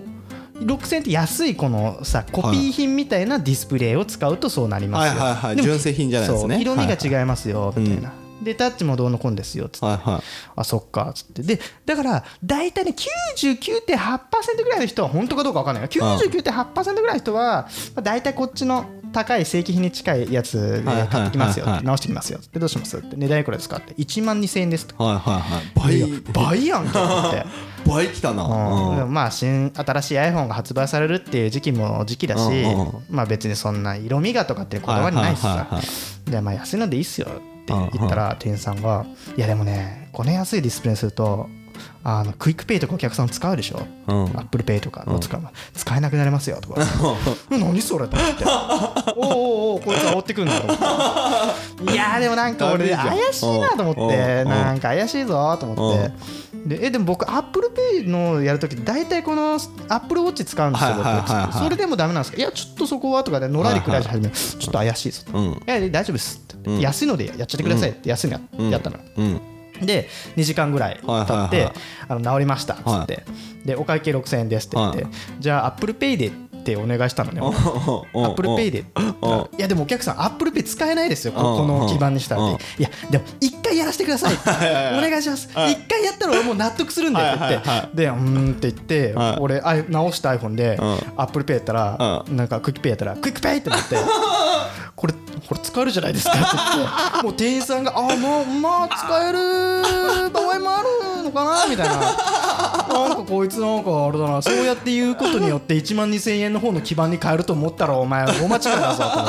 Speaker 1: 6000円って安いこのさコピー品みたいなディスプレイを使うとそうなりますよ、
Speaker 2: はいはいはい
Speaker 1: でも
Speaker 2: 純正品じゃないですね
Speaker 1: そう色味
Speaker 2: はいはい
Speaker 1: が違いますよみたいな、でタッチもどうのこうのですよっつって、
Speaker 2: はいはい
Speaker 1: あそっかっつってでだから大体ね99.8%ぐらいの人は本当かどうか分かんないよ99.8%ぐらいの人はまあ大体こっちの高い正規品に近いやつで買ってきますよ
Speaker 2: はい
Speaker 1: っ
Speaker 2: はいはいは
Speaker 1: て
Speaker 2: い
Speaker 1: 直してきますよっつってどうしますって値段いくらですかって1万2000円ですと
Speaker 2: はいはい
Speaker 1: いや
Speaker 2: はい
Speaker 1: 倍やんと思って。
Speaker 2: 倍倍来たな
Speaker 1: うんでも
Speaker 2: うん
Speaker 1: まあ新新しい iPhone が発売されるっていう時期も時期だし、
Speaker 2: うんうんうん
Speaker 1: まあ別にそんな色味がとかってこだわりないし
Speaker 2: はいはい
Speaker 1: さ
Speaker 2: はいは
Speaker 1: でまあ安いのでいいっすよって言ったら店員さんが「いやでもねこの安いディスプレイにするとあのクイックペイとかお客さん使うでしょ、
Speaker 2: うん
Speaker 1: アップルペイとかを使う、使えなくなりますよ」 とか「え何それ」と思って「おうおうおうこいつ煽ってくんだ」と思っていやーでもなんか俺
Speaker 2: ダメじゃん
Speaker 1: 怪しいなと思っ
Speaker 2: うん
Speaker 1: て
Speaker 2: うん
Speaker 1: なんか怪しいぞと思って。でえでも僕、アップルペイのやるとき、大体このアップルウォッチ使うんですよ、
Speaker 2: はい
Speaker 1: 僕
Speaker 2: はいはいはい
Speaker 1: それでもダメなんですか、いや、ちょっとそこはとかで、のらりくらいし始める、ちょっと怪しいぞと、
Speaker 2: うん
Speaker 1: いや、大丈夫ですって、
Speaker 2: ん
Speaker 1: 安いのでやっちゃってくださいって、安いのややったの。
Speaker 2: うん
Speaker 1: で2時間ぐらい経
Speaker 2: はい
Speaker 1: っ
Speaker 2: はいは
Speaker 1: て
Speaker 2: い
Speaker 1: 「あの治りました」っつって、で「お会計6000円です」って言って、
Speaker 2: は
Speaker 1: じゃあアップルペイでってお願いしたのねアップルペイでって言ったらいやでもお客さんアップルペイ使えないですよこ
Speaker 2: うん
Speaker 1: この基盤にしたら
Speaker 2: うん
Speaker 1: っていやでも一回やらせてくだ さいってお願いします一回やったら俺もう納得するんだよって言って
Speaker 2: はいはいは
Speaker 1: でうーんって言って
Speaker 2: はい
Speaker 1: 俺あ直した iPhone で
Speaker 2: ん
Speaker 1: アップルペイやったら
Speaker 2: う
Speaker 1: なんかクイックペイやったらクイックペイってな って。これこれ使えるじゃないですかって言ってもう店員さんが「ああまあまあ使える場合もあるのかな」みたいな。なんかこいつなんかあれだなそうやって言うことによって1万2000円の方の基盤に変えると思ったらお前は大間違いだぞと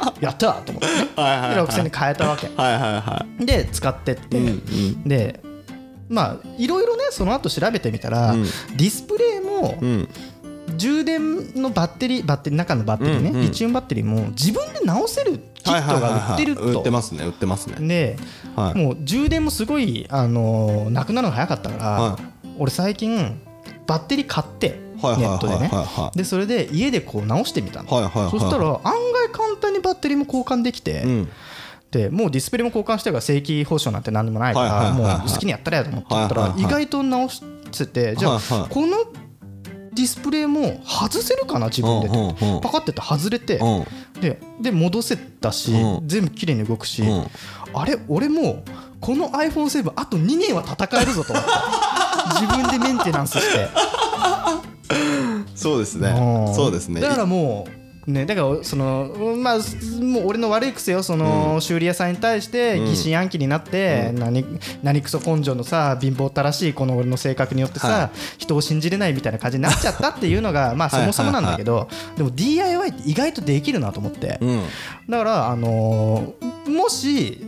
Speaker 1: 思ってやったと思ってねで
Speaker 2: はいはいはい
Speaker 1: 6000円に変えたわけ
Speaker 2: はいはいは
Speaker 1: で使ってって、
Speaker 2: んう
Speaker 1: でまあいろいろねその後調べてみたら、
Speaker 2: うん
Speaker 1: ディスプレイも
Speaker 2: いうん
Speaker 1: 充電のバッテリーバッテリー中のバッテリーね、
Speaker 2: うんうん
Speaker 1: リチウムバッテリーも自分で直せるキ
Speaker 2: はい
Speaker 1: ッ
Speaker 2: はい
Speaker 1: ト
Speaker 2: はい
Speaker 1: が売
Speaker 2: は
Speaker 1: っ
Speaker 2: い
Speaker 1: てると、
Speaker 2: 売ってますね売ってますね
Speaker 1: で、
Speaker 2: はい
Speaker 1: もう充電もすごい、あのーなくなるのが早かったから、
Speaker 2: は
Speaker 1: 俺最近バッテリー買ってネ
Speaker 2: はいはいはい
Speaker 1: ットでね
Speaker 2: はいはい
Speaker 1: でそれで家でこう直してみたの、
Speaker 2: はいはいはい
Speaker 1: そしたら案外簡単にバッテリーも交換できて、
Speaker 2: うん
Speaker 1: でもうディスプレイも交換してるから正規保証なんて何でもないから、
Speaker 2: はいはいはいはい
Speaker 1: もう好きにやったらやと思ってやったら、
Speaker 2: はいはい
Speaker 1: 意
Speaker 2: はい
Speaker 1: 外と直しててじゃあ、
Speaker 2: はいはい
Speaker 1: このディスプレイも外せるかな自分でって、
Speaker 2: うんうんうん
Speaker 1: パカってやって外れて、
Speaker 2: うん
Speaker 1: でで戻せたし、
Speaker 2: うん
Speaker 1: 全部綺麗に動くし、
Speaker 2: うん
Speaker 1: あれ俺もうこの iPhone7 あと2年は戦えるぞと思 って自分でメンテナンスして
Speaker 2: そうです
Speaker 1: う
Speaker 2: ね
Speaker 1: ん
Speaker 2: そうですね
Speaker 1: だからもうねだからそのうんまあすもう俺の悪い癖よその、修理屋さんに対して疑心暗鬼になって、何何クソ根性のさ貧乏たらしいこの俺の性格によってさ、
Speaker 2: は
Speaker 1: 人を信じれないみたいな感じになっちゃったっていうのが まあそもそもなんだけど、でも DIY って意外とできるなと思って、
Speaker 2: うん
Speaker 1: だからあのーもし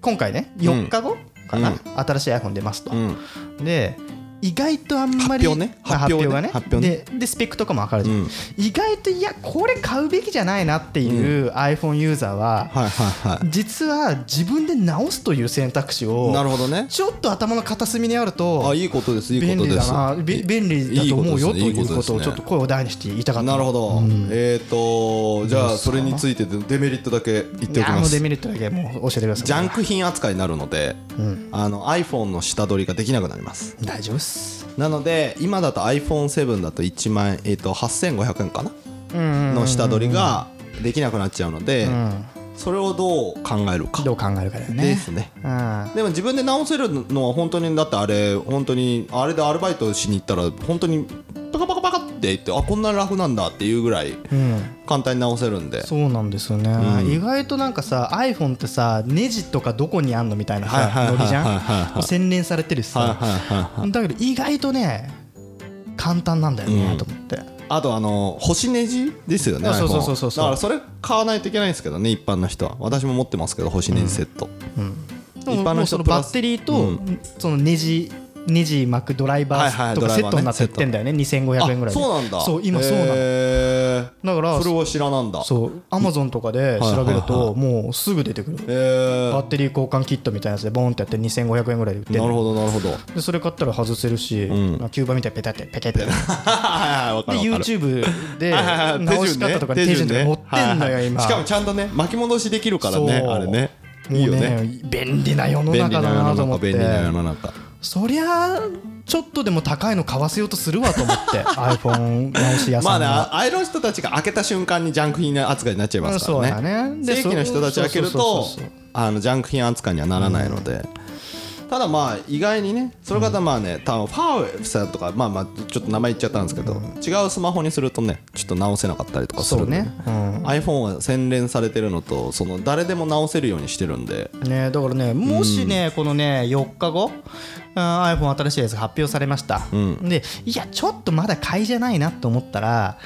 Speaker 1: 今回ね4日後かな、
Speaker 2: うん
Speaker 1: 新しい iPhone 出ますと、
Speaker 2: うん
Speaker 1: で意外とあんまり
Speaker 2: 発表ね
Speaker 1: あ発表がね
Speaker 2: 発表ね
Speaker 1: ででスペックとかも分かるじゃん、
Speaker 2: うん
Speaker 1: 意外といやこれ買うべきじゃないなっていうう iPhone ユーザーは、
Speaker 2: はいはいは
Speaker 1: 実は自分で直すという選択肢
Speaker 2: い
Speaker 1: を
Speaker 2: なるほどね
Speaker 1: ちょっと頭の片隅にある
Speaker 2: あ
Speaker 1: と
Speaker 2: いいことですいい
Speaker 1: 便
Speaker 2: こと
Speaker 1: 利
Speaker 2: です
Speaker 1: だなべ便利だと思うよと
Speaker 2: いい
Speaker 1: いう
Speaker 2: で
Speaker 1: こ
Speaker 2: す
Speaker 1: と
Speaker 2: ね
Speaker 1: をちょっと声を大にして言いたかった
Speaker 2: なるほど、
Speaker 1: うん
Speaker 2: えっ、とじゃあそれについてデメリットだけ言っ
Speaker 1: い
Speaker 2: ておき
Speaker 1: や
Speaker 2: ま
Speaker 1: もう
Speaker 2: す
Speaker 1: デメリットだけもう教えてください
Speaker 2: ジャンク品扱いになるので、
Speaker 1: ん
Speaker 2: あの iPhone の下取りができなくなります
Speaker 1: 大丈夫っす
Speaker 2: なので今だと iPhone7 だと1万、えー、と8500円かな
Speaker 1: うん
Speaker 2: の下取りができなくなっちゃうので、
Speaker 1: うん
Speaker 2: それをどう考えるか
Speaker 1: どう考えるかだよね
Speaker 2: ですね
Speaker 1: うん
Speaker 2: でも自分で直せるのは本当にだってあれ本当にあれでアルバイトしに行ったら本当にパカパカパカって言ってあこんな楽なんだっていうぐらい
Speaker 1: うん
Speaker 2: 簡単に直せるんで
Speaker 1: そうなんですよね、
Speaker 2: うん
Speaker 1: 意外となんかさ iPhone ってさネジとかどこにあんのみたいな
Speaker 2: はい
Speaker 1: さ
Speaker 2: はいはい
Speaker 1: ノリじゃ
Speaker 2: はいはいはい
Speaker 1: んもう洗練されてるし
Speaker 2: はいはい
Speaker 1: さ
Speaker 2: はいはい
Speaker 1: だけど意外とね簡単なんだよ
Speaker 2: うん
Speaker 1: ねと思って、
Speaker 2: あとあの星ネジですよね
Speaker 1: あそうそう
Speaker 2: iPhone
Speaker 1: そうそうそう
Speaker 2: だからそれ買わないといけないんですけどね一般の人は私も持ってますけど星ネジセット、
Speaker 1: でも
Speaker 2: 一般
Speaker 1: も
Speaker 2: の
Speaker 1: うそ
Speaker 2: 人
Speaker 1: の
Speaker 2: プラ
Speaker 1: バ
Speaker 2: ス
Speaker 1: ッテリーと、
Speaker 2: うん
Speaker 1: そのネジネジ巻くドライバ
Speaker 2: はいは
Speaker 1: ー
Speaker 2: い
Speaker 1: と
Speaker 2: ド
Speaker 1: か
Speaker 2: ライ
Speaker 1: セ
Speaker 2: バ
Speaker 1: ッ
Speaker 2: ーね
Speaker 1: トになってってんだよね2500円ぐらいで
Speaker 2: そうなんだ
Speaker 1: そう今そうなの、
Speaker 2: へー
Speaker 1: だから
Speaker 2: それは知らなんだ
Speaker 1: そうアマゾンとかで調べる
Speaker 2: はい
Speaker 1: ともうすぐ出てくる
Speaker 2: へ
Speaker 1: バッ
Speaker 2: ー
Speaker 1: テリー交換キットみたいなやつでボーンってやって2500円ぐらいで売ってん
Speaker 2: な
Speaker 1: の
Speaker 2: るほどなるほど
Speaker 1: でそれ買ったら外せるし、
Speaker 2: う
Speaker 1: キューバみたいにペタってペケって
Speaker 2: はいはいわか
Speaker 1: で
Speaker 2: るわかる
Speaker 1: YouTube で
Speaker 2: はいはいはい
Speaker 1: 直し方とか手順とか持ってんの
Speaker 2: はいは
Speaker 1: よ
Speaker 2: い
Speaker 1: 今
Speaker 2: しかもちゃんとね巻き戻しできるからね
Speaker 1: そう
Speaker 2: あれねいいよね
Speaker 1: もう便利な世の
Speaker 2: 便利
Speaker 1: 中だ
Speaker 2: な世
Speaker 1: な
Speaker 2: の
Speaker 1: と思
Speaker 2: 中
Speaker 1: っ
Speaker 2: 便利な世
Speaker 1: て
Speaker 2: の中
Speaker 1: そりゃちょっとでも高いの買わせようとするわと思って iPhone 直し屋
Speaker 2: ま
Speaker 1: さ
Speaker 2: あ
Speaker 1: ん
Speaker 2: ねあ
Speaker 1: が。
Speaker 2: あいう人たちが開けた瞬間にジャンク品扱いになっちゃいますからね
Speaker 1: そうだねで
Speaker 2: 正規の人たち開ける
Speaker 1: そう
Speaker 2: と
Speaker 1: そうそうそう
Speaker 2: あのジャンク品扱いにはならないので、ただまあ意外にねそれ方まあね多分ファーウェイさんとかまあまあちょっと名前言っちゃったんですけど、違うスマホにするとねちょっと直せなかったりとかす
Speaker 1: そ
Speaker 2: る
Speaker 1: うん
Speaker 2: で、
Speaker 1: ね、うん、
Speaker 2: iPhone は洗練されてるのとその誰でも直せるようにしてるんで
Speaker 1: ねだからねもしね、このね4日後あー iPhone 新しいやつが発表されました、
Speaker 2: ん
Speaker 1: でいやちょっとまだ買いじゃないなと思ったら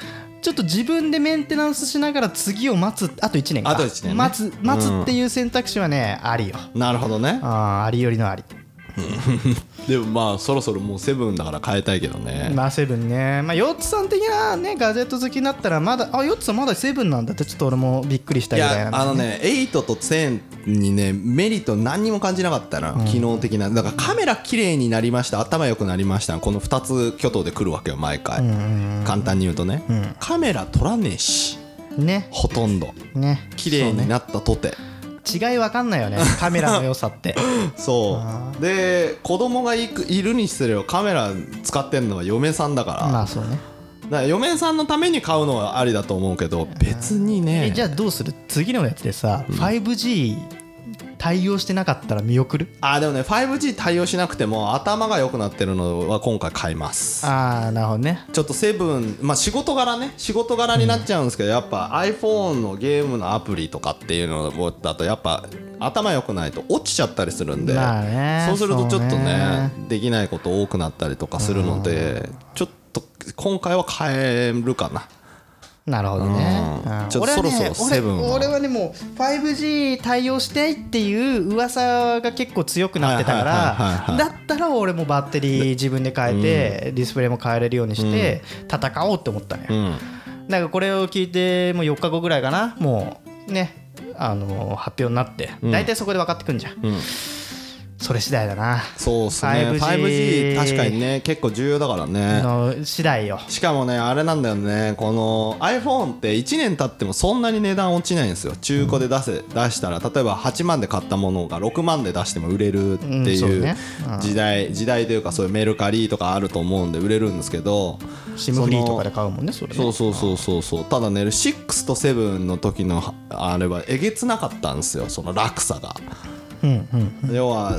Speaker 1: ちょっと自分でメンテナンスしながら次を待つあと1年か
Speaker 2: あと一年ね
Speaker 1: 待つ待つっていう選択肢はね、ありよ
Speaker 2: なるほどね
Speaker 1: あーありよりのあり
Speaker 2: でもまあそろそろもうセブンだから変えたいけどね、
Speaker 1: まあセブンねまあヨッツさん的なねガジェット好きになったらまだあヨッツさんまだセブンなんだってちょっと俺もびっくりした
Speaker 2: い
Speaker 1: ぐらい
Speaker 2: や
Speaker 1: なんだ
Speaker 2: あのね8と10にねメリット何にも感じなかったな、機能的なだからカメラ綺麗になりました頭良くなりましたこの2つ挙頭で来るわけよ毎回、簡単に言うとね、カメラ撮らねえし
Speaker 1: ね
Speaker 2: ほとんど
Speaker 1: ね
Speaker 2: 綺麗になったとて
Speaker 1: 違いわかんないよ ねカメラの良さって
Speaker 2: そう,、で子供がいくいるにすればカメラ使ってんのは嫁さんだから,、
Speaker 1: まあそうね
Speaker 2: だから嫁さんのために買うのはありだと思うけど別にね
Speaker 1: えじゃあどうする次のやつでさ、5G 対応してなかったら見送る
Speaker 2: あでもね 5G 対応しなくても頭が良くなってるのは今回買います
Speaker 1: ああなるほどね
Speaker 2: ちょっとセブンまあ仕事柄ね仕事柄になっちゃうんですけど、やっぱ iPhone のゲームのアプリとかっていうのだとやっぱ頭良くないと落ちちゃったりするんで、
Speaker 1: まあね
Speaker 2: そうするとちょっと
Speaker 1: そう
Speaker 2: ね
Speaker 1: ね
Speaker 2: できないこと多くなったりとかするのでちょっと今回は変えるかな
Speaker 1: なるほどね
Speaker 2: うん
Speaker 1: うん
Speaker 2: ちょっと
Speaker 1: 俺はね
Speaker 2: そろそろ
Speaker 1: 俺
Speaker 2: セブンを
Speaker 1: 俺はねもう 5G 対応したいっていう噂が結構強くなってたか
Speaker 2: はいはいはいはい
Speaker 1: ら
Speaker 2: は
Speaker 1: だったら俺もバッテリー自分で変えてディスプレイも変えれるようにして戦おうって思ったね、
Speaker 2: うん
Speaker 1: なんかこれを聞いてもう4日後ぐらいかなもうねあのー発表になって大体そこで分かってくんじゃん、
Speaker 2: ん
Speaker 1: それ次第だな
Speaker 2: そうですね
Speaker 1: 5G
Speaker 2: 確かにね結構重要だからね
Speaker 1: の次第よ
Speaker 2: しかもねあれなんだよねこの iPhone って1年経ってもそんなに値段落ちないんですよ中古で出せ、出したら例えば8万で買ったものが6万で出しても売れるって
Speaker 1: うんそう
Speaker 2: いう
Speaker 1: ねうん
Speaker 2: 時代、時代というかそういうメルカリとかあると思うんで売れるんですけど
Speaker 1: シムフリー
Speaker 2: そ
Speaker 1: と
Speaker 2: の
Speaker 1: かで買うもんねそれね
Speaker 2: そうそうそうそうそうただね6と7の時のあれはえげつなかったんですよその落差が
Speaker 1: うんうん
Speaker 2: 要は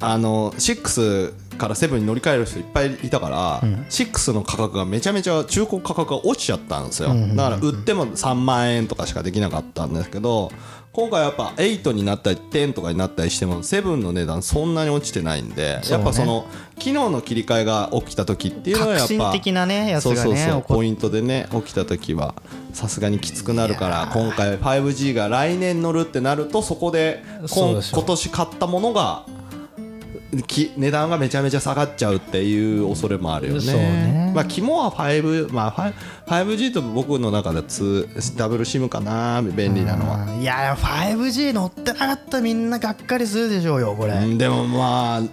Speaker 2: あの6から7に乗り換える人いっぱいいたから、6の価格がめちゃめちゃ中古価格が落ちちゃったんですよ、だから売っても3万円とかしかできなかったんですけど今回やっぱ8になったり10とかになったりしても7の値段そんなに落ちてないんで、
Speaker 1: そうね
Speaker 2: やっぱその機能の切り替えが起きた時っていうのはや
Speaker 1: 革
Speaker 2: っぱ
Speaker 1: 新的なねやつがね
Speaker 2: そうそうそう
Speaker 1: 起こっ
Speaker 2: ポイントでね起きた時はさすがにきつくなるから今回 5G が来年乗るってなるとそこで
Speaker 1: そう
Speaker 2: 今
Speaker 1: でしょう
Speaker 2: 今年買ったものがき値段がめちゃめちゃ下がっちゃうっていう恐れもあるよね。
Speaker 1: そうね
Speaker 2: まあ肝は 5G、まあ、5G と僕の中では2ダブル SIM かな便利なのは。
Speaker 1: いや 5G 乗ってなかったらみんながっかりするでしょうよこれ、
Speaker 2: うんでもまあね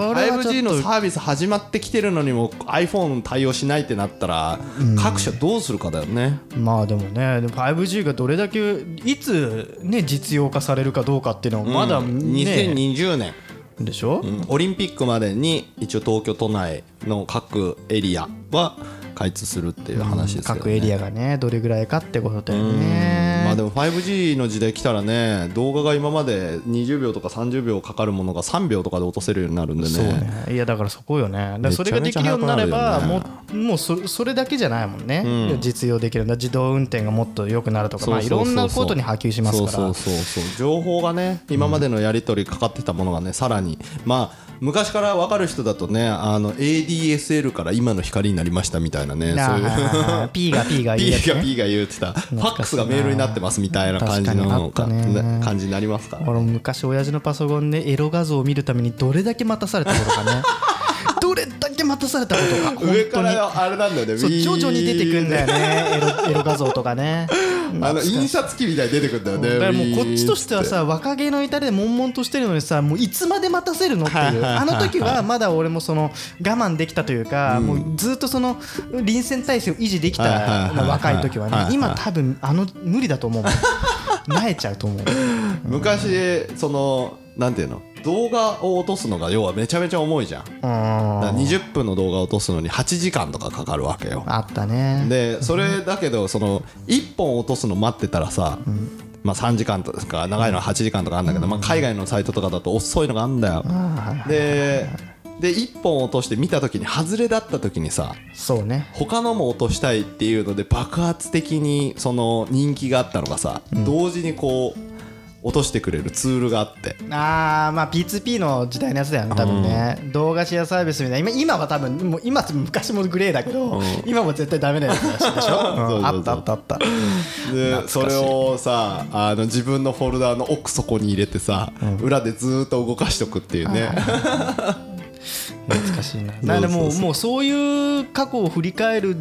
Speaker 1: 俺はちょっと
Speaker 2: 5G のサービス始まってきてるのにも iPhone 対応しないってなったら各社どうするかだよね。
Speaker 1: まあでもねでも 5G がどれだけいつ、ね、実用化されるかどうかっていうのもまだ
Speaker 2: うん
Speaker 1: ね、
Speaker 2: 2020年、
Speaker 1: でしょ、
Speaker 2: うんオリンピックまでに一応東京都内の各エリアは開通するっていう話ですけど、ね
Speaker 1: 各エリアがねどれぐらいかってことだよね
Speaker 2: まあでも 5G の時代来たらね動画が今まで20秒とか30秒かかるものが3秒とかで落とせるようになるんでね
Speaker 1: そうねいやだからそこよねだからそれができるようになれば
Speaker 2: めちゃめちゃ早
Speaker 1: も
Speaker 2: くな
Speaker 1: うもうそそれだけじゃないもんね、実用できるんだ自動運転がもっと良くなるとかまあいろんなことに波及しますから
Speaker 2: そうそうそうそう情報がね今までのやり取りかかってたものがねさらにまあ昔から分かる人だとねあの ADSL から今の光になりましたみたいなね
Speaker 1: な
Speaker 2: そういう
Speaker 1: あ P が P がいい
Speaker 2: P
Speaker 1: やつ、
Speaker 2: が
Speaker 1: ね、
Speaker 2: P が言うてたファックスがメールになってますみたいな感じの
Speaker 1: 確かにあったね
Speaker 2: 感じになりますから
Speaker 1: 俺も昔親父のパソコンでエロ画像を見るためにどれだけ待たされたことか ねどれだけ待たされたことか本当に
Speaker 2: 上からあれなんだよね
Speaker 1: そう
Speaker 2: ウィー
Speaker 1: 徐々に出てくんだよねエ ロエロ画像とかね
Speaker 2: あの印刷機みたいに出てくんだよね
Speaker 1: だからもうこっちとしては
Speaker 2: ウィー
Speaker 1: さ若気の至りで悶々としてるのにさもういつまで待たせるのって
Speaker 2: はい
Speaker 1: い
Speaker 2: はいうはいはい
Speaker 1: あの時はまだ俺もその我慢できたというかもうずっとその臨戦態勢を維持でき
Speaker 2: はいはいはい
Speaker 1: た
Speaker 2: はいはい
Speaker 1: 若い時は
Speaker 2: はい
Speaker 1: ね
Speaker 2: はい
Speaker 1: 今多分あの無理だと思う もん萎えちゃうと思う
Speaker 2: って昔そのなんていうの動画を落とすのが要はめちゃめちゃ重いじゃんだか
Speaker 1: うんあ
Speaker 2: ら20分の動画を落とすのに8時間とかかかるわけよ
Speaker 1: ったね
Speaker 2: でそれだけどその1本落とすの待ってたらさ、まあ、3時間とか長いのは8時間とかあるんだけど、まあ、海外のサイトとかだと遅いのがあるんだよ、でで1本落として見た時に外れだった時にさ
Speaker 1: そうね
Speaker 2: 他のも落としたいっていうので爆発的にその人気があったのがさ、同時にこう落としてくれるツールがあって
Speaker 1: あーまあ P2P の時代のやつだよね多分ね、動画シェアサービスみたいな今今は多分もう今昔もグレーだけど、今も絶対ダメなやつだしでしょ、
Speaker 2: そうそうそう
Speaker 1: あったあったあった
Speaker 2: でそれをさあの自分のフォルダーの奥底に入れてさ、裏でずーっと動かしとくっていうね、
Speaker 1: 懐かしいな。なでもうもうそういう過去を振り返る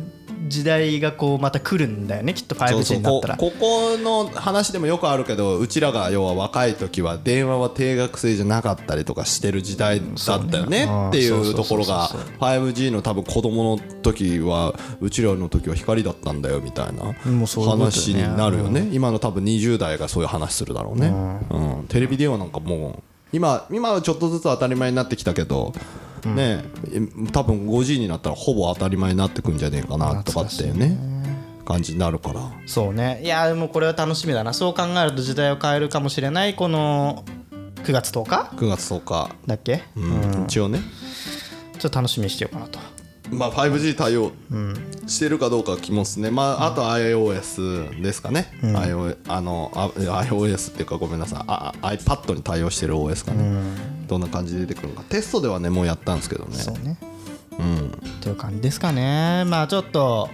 Speaker 1: 時代がこうまた来るんだよねきっと
Speaker 2: そう
Speaker 1: 5G
Speaker 2: そう
Speaker 1: になっ
Speaker 2: こ
Speaker 1: たら。
Speaker 2: ここの話でもよくあるけどうちらが要は若い時は電話は定額制じゃなかったりとかしてる時代だったよね
Speaker 1: そうね
Speaker 2: ってい
Speaker 1: あーそうそううそう
Speaker 2: ところが
Speaker 1: そう
Speaker 2: 5G の多分子供の時はうちらの時は光だったんだよみたいな
Speaker 1: もうそういうことだよね
Speaker 2: 話になるよね今の多分20代がそういう話するだろうね、うん、テレビ電話なんかもう今今はちょっとずつ当たり前になってきたけど、ねええ多分 5G になったらほぼ当たり前になってくんじゃねえかなとかってね感じになるから。
Speaker 1: そうね。いやでもこれは楽しみだな。そう考えると時代を変えるかもしれないこの9月10日
Speaker 2: 9月10日、
Speaker 1: だっけ？
Speaker 2: うん一応ね、
Speaker 1: ちょっと楽しみにしてようかなと。
Speaker 2: まあ、5G 対応してるかどうかは気もですね、まあ、あと iOS ですかね、iO あのあ iOS っていうかごめんなさいああ iPad に対応してる OS かね、どんな感じで出てくるのかテストではねもうやったんですけどね
Speaker 1: そうね。という感じですかね。まあちょっと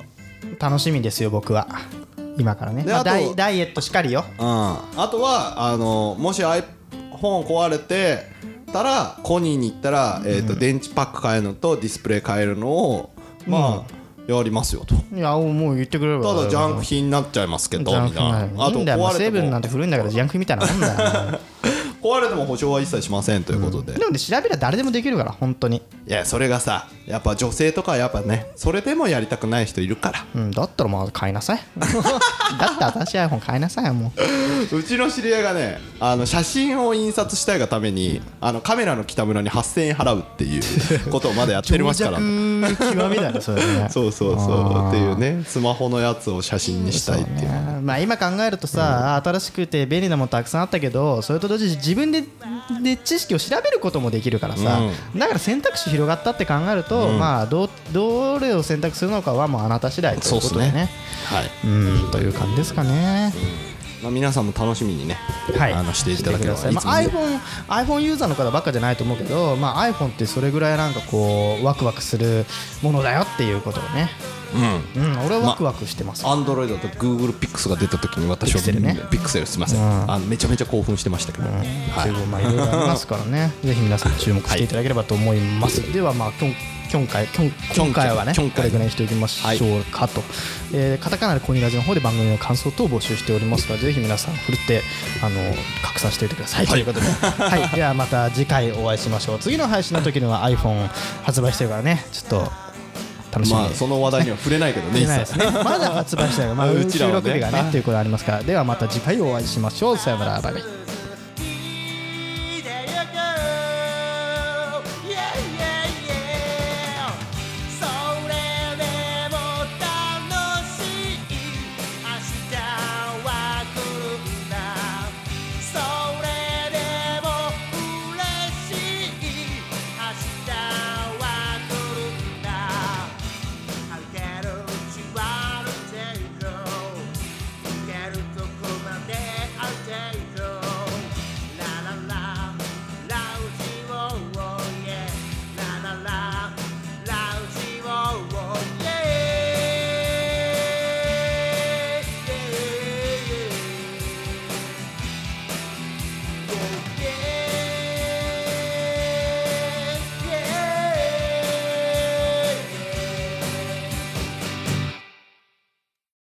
Speaker 1: 楽しみですよ僕は。今からね。
Speaker 2: で
Speaker 1: まあ
Speaker 2: あと
Speaker 1: ダイダイエットしかりよ。
Speaker 2: うん、あとはあのもし iPhone 壊れてたらコニーに行ったら、えーと電池パック変えるのとディスプレイ変えるのをまあ、やりますよと。
Speaker 1: いやもう言ってくれれば。
Speaker 2: ただジャンク品になっちゃいますけど
Speaker 1: ジャン
Speaker 2: み
Speaker 1: ク
Speaker 2: たいな
Speaker 1: ないいんだよ。もうセブンなんて古いんだからジャンクみたいなもんだよ。
Speaker 2: 壊れても保証は一切しませんということで、い
Speaker 1: でもね調べりゃ誰でもできるから本当に、
Speaker 2: やそれがさやっぱ女性とかはやっぱねそれでもやりたくない人いるから
Speaker 1: うん、だったらまあ買いな さいだって新しい iPhone 買いなさいよもう
Speaker 2: うちの知り合いがねあの写真を印刷したいがためにあのカメラの北村に8000円払うっっていうことをまだやってますか ら、
Speaker 1: 情弱極みだねそれね
Speaker 2: そうそうそ
Speaker 1: あ
Speaker 2: う
Speaker 1: ー
Speaker 2: っていうねスマホのやつを写真にしたいっていう
Speaker 1: そうねまあ、今考えるとさ、新しくて便利なものたくさんあったけどそれと同時に自分でで知識を調べることもできるからさ、だから選択肢広がったって考えると、まあ、どうどれを選択するのかはもうあなた次第ということでね
Speaker 2: そうっすねはい、
Speaker 1: うんという感じですかね。
Speaker 2: まあ、皆さんも楽しみにね、
Speaker 1: はい、
Speaker 2: あのしていただければ
Speaker 1: してくださいまあ、iPhone, iPhone ユーザーの方ばっかじゃないと思うけど、まあ、iPhone ってそれぐらいなんかこうワクワクするものだよっていうことをね、
Speaker 2: うん
Speaker 1: うん、俺はワクワクしてます、
Speaker 2: アンドロイドと Google Pix が出た時に私は
Speaker 1: Pixel ね
Speaker 2: ピクセルすみません、
Speaker 1: うん
Speaker 2: あのめちゃめちゃ興奮してましたけど、は
Speaker 1: 中
Speaker 2: い
Speaker 1: 国まあいろいろありますから ねぜひ皆さん注目していただければと思います、ではまあきょん今回今今回はね
Speaker 2: 今
Speaker 1: こ
Speaker 2: 回
Speaker 1: れぐらいにしておきましょうかと、えーカタカナでコニラジの方で番組の感想等を募集しておりますのでぜひ皆さん振るってあの拡散しておいてください、ということ で、はい、ではまた次回お会いしましょう次の配信の時には iPhone 発売してるからねちょっと楽しみに、
Speaker 2: まあその話題には触れないけどね
Speaker 1: 出ないですねまだ発売してない、まあ、
Speaker 2: うちら
Speaker 1: 収
Speaker 2: はね
Speaker 1: 録日がねっていうことありますからではまた次回お会いしましょうさよならバイバイ